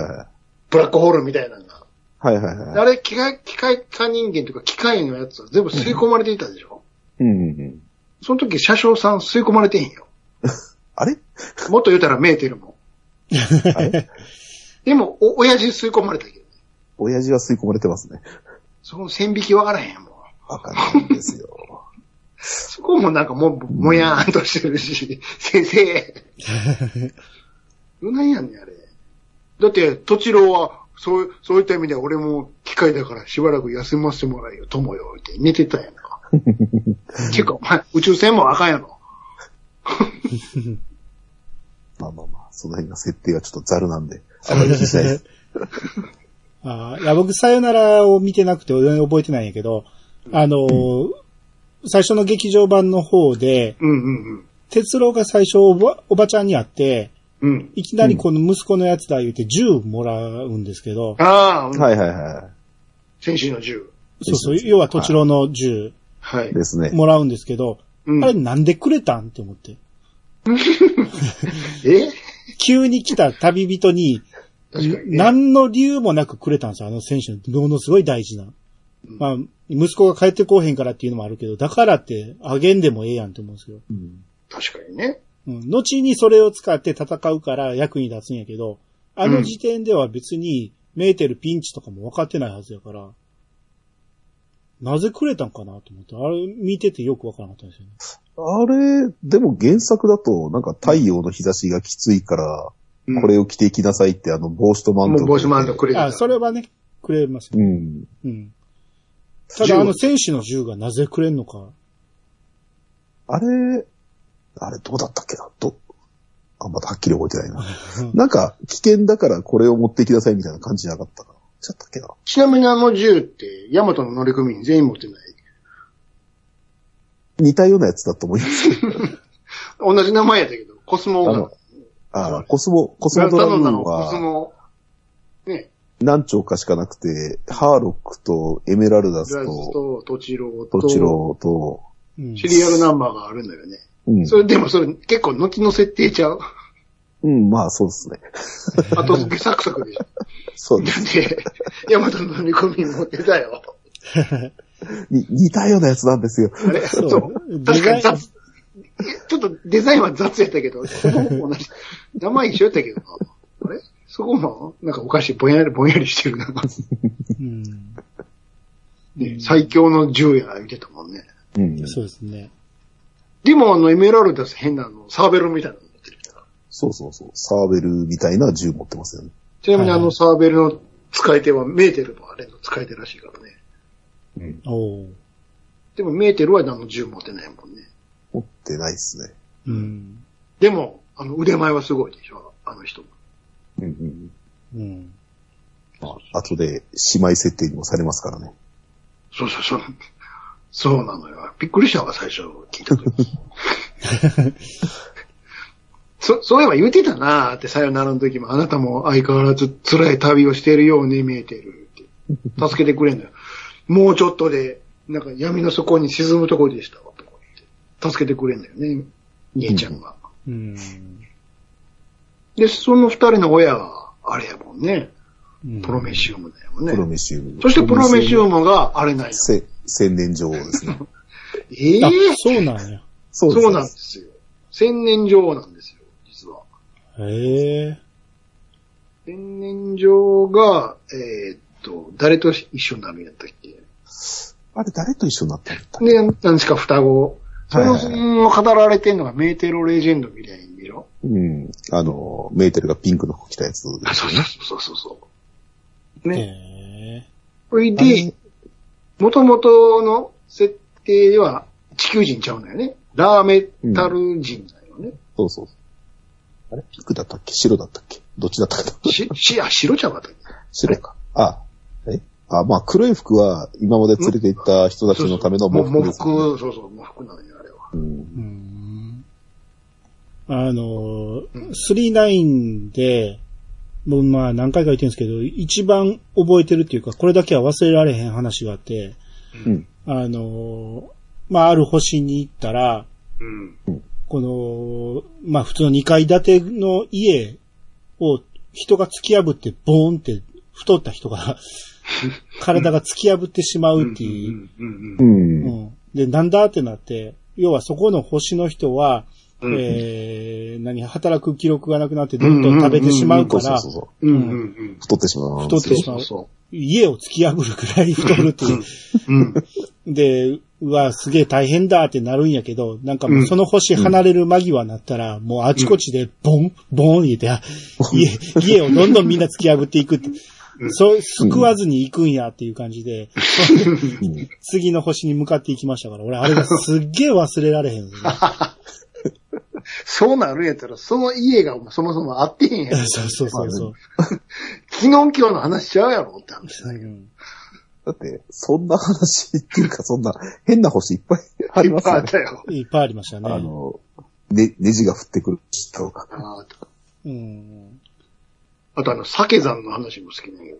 Speaker 2: ブラックホールみたいなのが。
Speaker 3: はいはいはい。
Speaker 2: あれ、機械、機械化人間というか、機械のやつは全部吸い込まれていたでしょ、
Speaker 3: うんうんうん。
Speaker 2: その時、車掌さん吸い込まれてへんよ。
Speaker 3: あれ
Speaker 2: もっと言うたらメーテルも。
Speaker 3: あれ
Speaker 2: でも、お、親父吸い込まれたけど。
Speaker 3: 親父は吸い込まれてますね。
Speaker 2: その線引きわからへんもん。
Speaker 3: わかんないんですよ。
Speaker 2: そこもなんかもう、もやーんとしてるし、 先生。どないやんねん、あれ。だって、とちろうは、そう、そういった意味では俺も機械だからしばらく休ませてもらえよ、友よ、って寝てたやんか。ていうか、お前、宇宙船もあかんやろ。
Speaker 3: まあまあまあ、その辺が設定はちょっとザルなんで、あまり気にしないです。
Speaker 1: あーいや、僕、さよならを見てなくて、全然覚えてないんやけど、あのー最初の劇場版の方で、
Speaker 2: うんうん
Speaker 1: 哲郎が最初おば、おばちゃんに会って、
Speaker 2: うん。うん。
Speaker 1: いきなりこの息子のやつだ言うて銃もらうんですけど、
Speaker 2: ああ、
Speaker 3: はいはいは
Speaker 2: 戦士の銃。
Speaker 1: そうそう、要は、とちろの銃
Speaker 2: はい
Speaker 3: い。。ですね。
Speaker 1: もらうんですけど、
Speaker 2: うん
Speaker 1: あれなんでくれたんって思って。
Speaker 2: え
Speaker 1: 急に来た旅人に、
Speaker 2: 確かにね。
Speaker 1: 何の理由もなくくれたんですよ、あの選手の。ものすごい大事な。まあ、息子が帰ってこうへんからっていうのもあるけど、だからってあげんでもええやんって思うんですよ。
Speaker 3: うん
Speaker 2: 確かにね。
Speaker 1: うん。後にそれを使って戦うから役に立つんやけど、あの時点では別にメーテルピンチとかも分かってないはずやから、なぜくれたんかなと思って、あれ見ててよく分からなかったんですよね。
Speaker 3: あれ、でも原作だと、なんか太陽の日差しがきついから、
Speaker 2: うん
Speaker 3: これを着ていきなさいって、あの、帽子とマント。
Speaker 2: もう帽子マントくれた
Speaker 1: あ、それはね、くれますよ。
Speaker 3: うん。
Speaker 1: うん。ただあの選手の銃がなぜくれんのか、
Speaker 3: あれ、あれどうだったっけなと、あんまはっきり覚えてないな。 なんか、危険だからこれを持っていきなさいみたいな感じじゃなかったかな。ちゃったっけな。
Speaker 2: ちなみにあの銃って、ヤマトの乗組員全員持ってない。
Speaker 3: 似たようなやつだと思います。
Speaker 2: 同じ名前やったけど、コスモ
Speaker 3: あ
Speaker 2: が
Speaker 3: の、あーコスモ、コスモドラ
Speaker 2: 頼ん
Speaker 3: ムー
Speaker 2: だ
Speaker 3: ン
Speaker 2: の、コス
Speaker 3: は
Speaker 2: モ、ね、
Speaker 3: 何丁かしかなくて、ハーロックとエメラルダ
Speaker 2: グラ
Speaker 3: ス
Speaker 2: ス
Speaker 3: と、
Speaker 2: と、トチローと、
Speaker 3: どちらと、
Speaker 1: うん
Speaker 2: シリアルナンバーがあるんだよね。
Speaker 3: うん
Speaker 2: そ。れでもそれ結構後の設定ちゃう。
Speaker 3: うん、まあそうですね。
Speaker 2: あと、サクサクでしょ。
Speaker 3: そうで
Speaker 2: だ
Speaker 3: す。
Speaker 2: って、ヤマトの乗組員持ってたよ。
Speaker 3: に似たようなやつなんですよ。
Speaker 2: あれ
Speaker 1: そ
Speaker 2: そうう。
Speaker 1: デザ
Speaker 2: 確か
Speaker 1: イン
Speaker 2: に雑。ちょっとデザインは雑やったけど、ほぼ同じ。名前一緒やったけどな。あれそこも、なんかおかしい。ぼんやりぼんやりしてるな。
Speaker 1: うん。
Speaker 2: ね最強の銃や、言ってたもんね。
Speaker 3: うん。
Speaker 1: そうですね。
Speaker 2: でもあの、エメラルダス変なの、サーベルみたいなの持ってる。
Speaker 3: そうそうそう。サーベルみたいな銃持ってますよね。
Speaker 2: ちなみにあ
Speaker 1: はいは
Speaker 2: の
Speaker 1: い
Speaker 2: サーベルの使い手はメーテルのあれの使い手らしいからね。
Speaker 1: おう
Speaker 2: でもメーテルは何の銃持ってないもんね。
Speaker 3: 持ってないですね。
Speaker 1: うん。
Speaker 2: でも、あの腕前はすごいでしょ、あの人も。
Speaker 3: うんうん。
Speaker 1: うん。
Speaker 3: まあ、後で姉妹設定にもされますからね。
Speaker 2: そうそうそう。そうなのよ。びっくりしたわ、最初聞い た時。そ、そういえば言うてたなーって、さよならの時も、あなたも相変わらず辛い旅をしているように見えてるって。助けてくれんのよ。もうちょっとで、なんか闇の底に沈むところでしたわ、とか言って助けてくれんのよね、姉ちゃんが。
Speaker 1: うん。
Speaker 2: で、その二人の親が、あれやもんね、
Speaker 1: うん
Speaker 2: プロメシウムだよ
Speaker 3: プロ
Speaker 2: ね。
Speaker 3: メシウム。
Speaker 2: そしてプロメシウ
Speaker 3: ム。
Speaker 2: ムがあれないの。
Speaker 3: せ、千年女王です ね。
Speaker 2: ええ
Speaker 1: あ、そうなんや。
Speaker 3: そ
Speaker 2: そうなんですよ。千年女王なんですよ、実は。
Speaker 1: へえ。
Speaker 2: 千年女王が、えーっと、誰と一緒になるんやったっけ
Speaker 3: あれ誰と一緒になったんだっけ
Speaker 2: で、なんですか、双子。その
Speaker 3: はいはい
Speaker 2: 辺を語られてんのがメーテロレジェンドみたいに見ろ。
Speaker 3: うん。あの、メーテルがピンクの服着たやつ。
Speaker 2: あ、そうそうそうそうそう。
Speaker 1: へ
Speaker 2: ね。
Speaker 1: え。
Speaker 2: それ
Speaker 3: あれ
Speaker 2: で、元々の設定では地球人ちゃうのよね。ラーメタル人だよね。
Speaker 3: そうそう。あれピンクだったっけ白だったっけどっちだったかな
Speaker 2: し、し、あ、白ちゃうかったっけ
Speaker 3: 白か。あ、えあ、まあ黒い服は今まで連れて行った人たちのための
Speaker 2: も
Speaker 3: 喪
Speaker 2: う喪
Speaker 3: 服です、ね。
Speaker 2: 服、そうそう、喪服なのよ、あれは。
Speaker 3: うん。
Speaker 1: うん。あのー、39で、もうまあ何回か言ってるんですけど、一番覚えてるっていうか、これだけは忘れられへん話があって、
Speaker 3: うん。
Speaker 1: あのー、まあある星に行ったら、
Speaker 2: うん。
Speaker 1: この、まあ普通の2階建ての家を人が突き破ってボーンって太った人が 体が突き破ってしまうっていう
Speaker 2: うんうんうん
Speaker 3: う。
Speaker 1: うんん。で、なんだってなって、要はそこの星の人は、
Speaker 2: うん
Speaker 1: えー、何、働く記録がなくなってどんどん食べてしまうか
Speaker 3: そう
Speaker 1: ら、
Speaker 3: そうそう。
Speaker 2: うんうんうん。
Speaker 3: 太ってしまう。
Speaker 1: 太ってし
Speaker 2: そうそ
Speaker 1: 家を突き破るくらい太るという。
Speaker 2: う。うん。
Speaker 1: で、うわ、すげえ大変だってなるんやけど、なんかもうその星離れる間際になったら、もうあちこちでボン、ボン言って、あ家、家をどんどんみんな突き破っていくって。そう、救わずに行くんやっていう感じで、
Speaker 3: うん
Speaker 1: 次の星に向かっていきましたから、俺あれがすっげえ忘れられへん、ね。
Speaker 2: そうなるんやったら、その家がそもそもあってへんやん。
Speaker 1: そうそうそうそう。
Speaker 2: 昨日今日の話しちゃうやろって話だけ
Speaker 1: うん
Speaker 3: だって、そんな話っていうか、そんな変な星いっぱいあ
Speaker 2: ど。
Speaker 3: り
Speaker 2: い
Speaker 3: ま
Speaker 2: っ
Speaker 3: す
Speaker 2: ぱいあ
Speaker 3: よ
Speaker 2: っ
Speaker 3: ね。
Speaker 2: たよ。
Speaker 1: いっぱいありましたね。
Speaker 3: あの、ね、ネジが降ってくる人が。
Speaker 2: あーと
Speaker 1: うん。
Speaker 2: あとあの、酒山の話も好きだけど。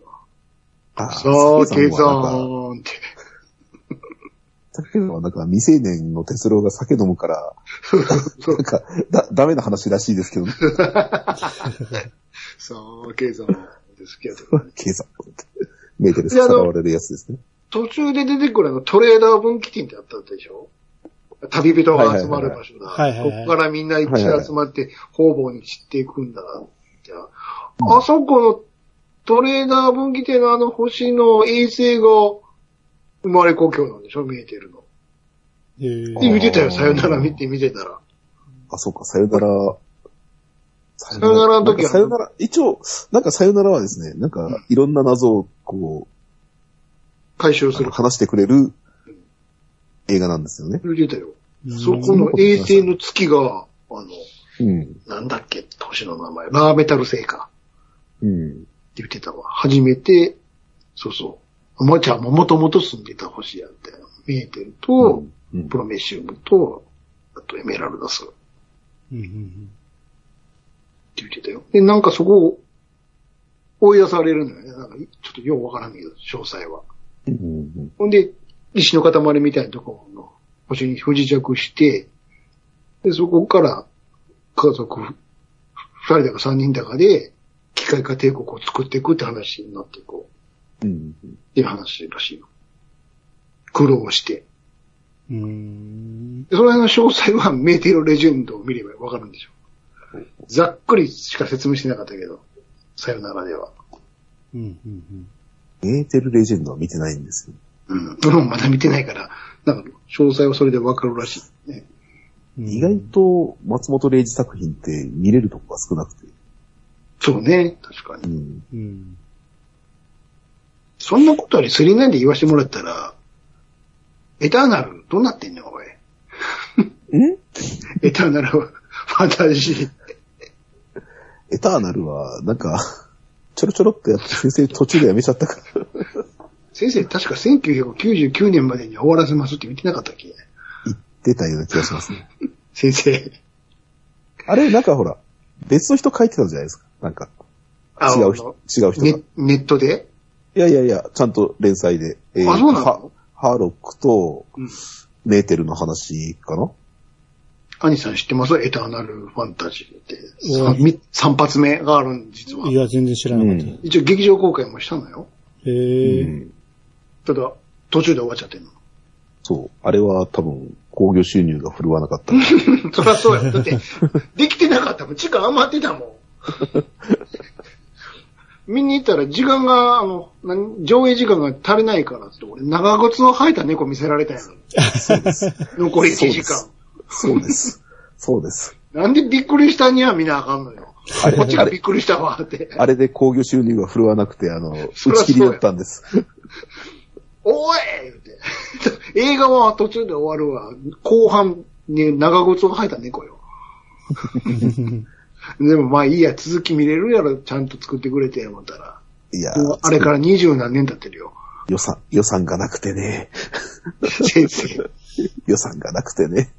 Speaker 3: あ
Speaker 2: そう、
Speaker 3: 酒
Speaker 2: ケ
Speaker 3: さ
Speaker 2: ゾ
Speaker 3: んはなんか
Speaker 2: ーンって。
Speaker 3: 酒さんはなんか未成年の哲郎が酒飲むから、なんか、だ、ダメな話らしいですけど、
Speaker 2: そう、ケゾーンですけど。
Speaker 3: ケイさん。メーテルさらわれるやつですね。
Speaker 2: 途中で出てくるあの、トレーダー分岐点ってあったでしょ旅人が集まる場所だ。
Speaker 1: はいはいはいはいはいはいはい
Speaker 2: ここからみんな一致集まって、方々に散っていくんだな。じゃあ、あそこのトレーダー分岐点のあの星の衛星が生まれ故郷なんでしょ見えてるの。
Speaker 1: へー
Speaker 2: で、見てた
Speaker 3: あ
Speaker 2: よ。
Speaker 3: ー
Speaker 2: さよなら見て見てたら。
Speaker 3: あ、そうか、さよなら。さ
Speaker 2: よならの時は
Speaker 3: なんかさよなら、一応、なんかさよならはですね、なんか、いろんな謎を、こ
Speaker 2: 回収
Speaker 3: う、
Speaker 2: する。
Speaker 3: 話してくれる映画なんですよね。
Speaker 2: 見てたよ。
Speaker 1: うん
Speaker 2: そこの衛星の月が、あの、
Speaker 3: うん。
Speaker 2: なんだっけ、星の名前、ラーメタル星か
Speaker 3: うん。
Speaker 2: って言ってたわ。初めて、そうそう。もちゃんももともと住んでた星やったよ。見えてると、
Speaker 3: うん
Speaker 2: プロメシウムと、あとエメラルダスって
Speaker 1: うんうんうん
Speaker 2: 言ってたよ。で、なんかそこを追い出されるのよね。なんか、ちょっとようわからんけど、詳細は。
Speaker 3: うん。
Speaker 2: ほんで、石の塊みたいなところの星に不時着して、で、そこから家族、ふ二人だか三人だかで、機械化帝国を作っていくって話になっていこう
Speaker 3: うん。
Speaker 2: っていう話らしいよ。苦労して。
Speaker 1: うーん。
Speaker 2: でその辺の詳細はメテロレジェンドを見ればわかるんでしょう。ざっくりしか説明してなかったけど、さよならでは。
Speaker 1: うんうんうん
Speaker 3: メーテルレジェンドは見てないんですよ。
Speaker 2: うん。俺もまだ見てないから、なんか詳細はそれでわかるらしい、ね。
Speaker 1: うん
Speaker 3: 意外と、松本零士作品って見れるとこが少なくて。
Speaker 2: そうね。確かに
Speaker 3: う。ん。
Speaker 1: うん。
Speaker 2: そんなことよりスリナインで言わしてもらったら、エターナルどうなってんのおい。
Speaker 3: ん
Speaker 2: エターナルはファンタジー。
Speaker 3: エターナルは、なんか、ちょろちょろっとやって先生途中でやめちゃったから。
Speaker 2: 先生、確か1999年までには終わらせますって言ってなかったっけ
Speaker 3: 言ってたような気がしますね。
Speaker 2: 先生。
Speaker 3: あれ、なんかほら、別の人書いてたじゃないですか。なんか、違う人、違う人が。
Speaker 2: ネネットで
Speaker 3: いやいやいや、ちゃんと連載で。え
Speaker 2: あそうなの
Speaker 3: ハハーロックと
Speaker 2: うん、
Speaker 3: メーテルの話かな
Speaker 2: アニさん知ってますエターナルファンタジーって
Speaker 1: うわ
Speaker 2: さみ三発目があるん実
Speaker 1: い
Speaker 2: は。
Speaker 1: や、全然知らなかった。
Speaker 3: うん
Speaker 2: 一応劇場公開もしたのよ。
Speaker 1: へえ。
Speaker 2: ただ、途中で終わっちゃってんの。
Speaker 3: そう。あれは多分、興行収入が振るわなかった から。
Speaker 2: そりゃそう や。だって、できてなかったもん。時間余ってた もん。見に行ったら時間が、あの、何上映時間が足りないからって、俺、長靴を履いた猫見せら れたやん。残り1時
Speaker 3: そ
Speaker 2: 間
Speaker 3: う。そうです。そうです。
Speaker 2: なんでびっくりしたには見なあかんのよ。
Speaker 3: あれ
Speaker 2: こっちがびっくりしたわって。
Speaker 3: あれで興行収入が振るわなくて、あの、打
Speaker 2: そりゃそうや
Speaker 3: ち切りだったんです。
Speaker 2: おい言って。映画は途中で終わるわ。後半に長靴を履いた猫 よ。でもまあいいや、続き見れるやろ、ちゃんと作ってくれて、思ったら。
Speaker 3: いや
Speaker 2: もうあれから二十何年経ってるよ。
Speaker 3: 予算、予算がなくてね。
Speaker 2: 先生。
Speaker 3: 予算がなくてね。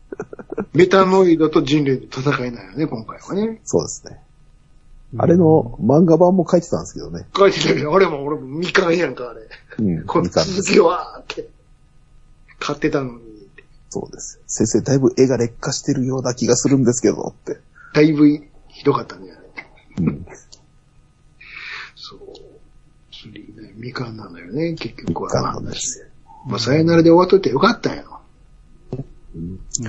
Speaker 2: メタノイドと人類の戦いなんよね、今回はね。
Speaker 3: そうですね。あれの漫画版も書いてたんですけどね。
Speaker 2: 書いてたけど、あれも俺も未完やんか、あれ。
Speaker 3: うん。
Speaker 2: この
Speaker 3: 見たんで
Speaker 2: 続
Speaker 3: す。
Speaker 2: きは、って。買ってたのに、
Speaker 3: そうです。先生、だいぶ絵が劣化してるような気がするんですけど、って。
Speaker 2: だいぶひどかったね、あれ。
Speaker 3: うん。
Speaker 2: そう。スリーナイン未完なのよね、結局は。
Speaker 3: 未完なんですよ
Speaker 2: まあ、さよならで終わっといてよかったんやろ。
Speaker 1: う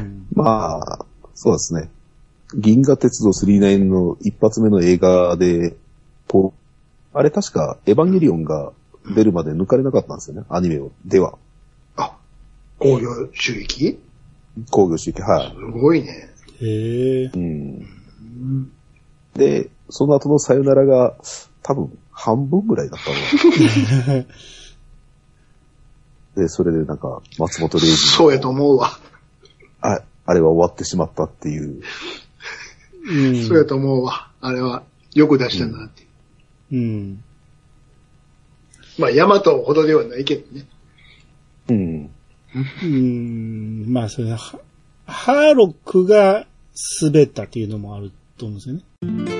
Speaker 1: ん
Speaker 3: まあ、そうですね。銀河鉄道39の一発目の映画で、こう、あれ確かエヴァンゲリオンが出るまで抜かれなかったんですよね、アニメを。では。
Speaker 2: あ、工業収益
Speaker 3: 工業集計、は
Speaker 2: すごいね。
Speaker 1: へえ
Speaker 3: い。。うん。で、その後のさよならが、多分、半分ぐらいだったの かな。で、それでなんか、松本零士
Speaker 2: そうやと思うわ。
Speaker 3: あ、あれは終わってしまったっていう。
Speaker 1: うん。
Speaker 2: そうやと思うわ。あれは、よく出したなって。
Speaker 1: うん。
Speaker 2: まあ、ヤマトほどではないけどね。
Speaker 3: うん。
Speaker 1: うん。まあ、それは、ハーロックが滑ったっていうのもあると思うんですよね。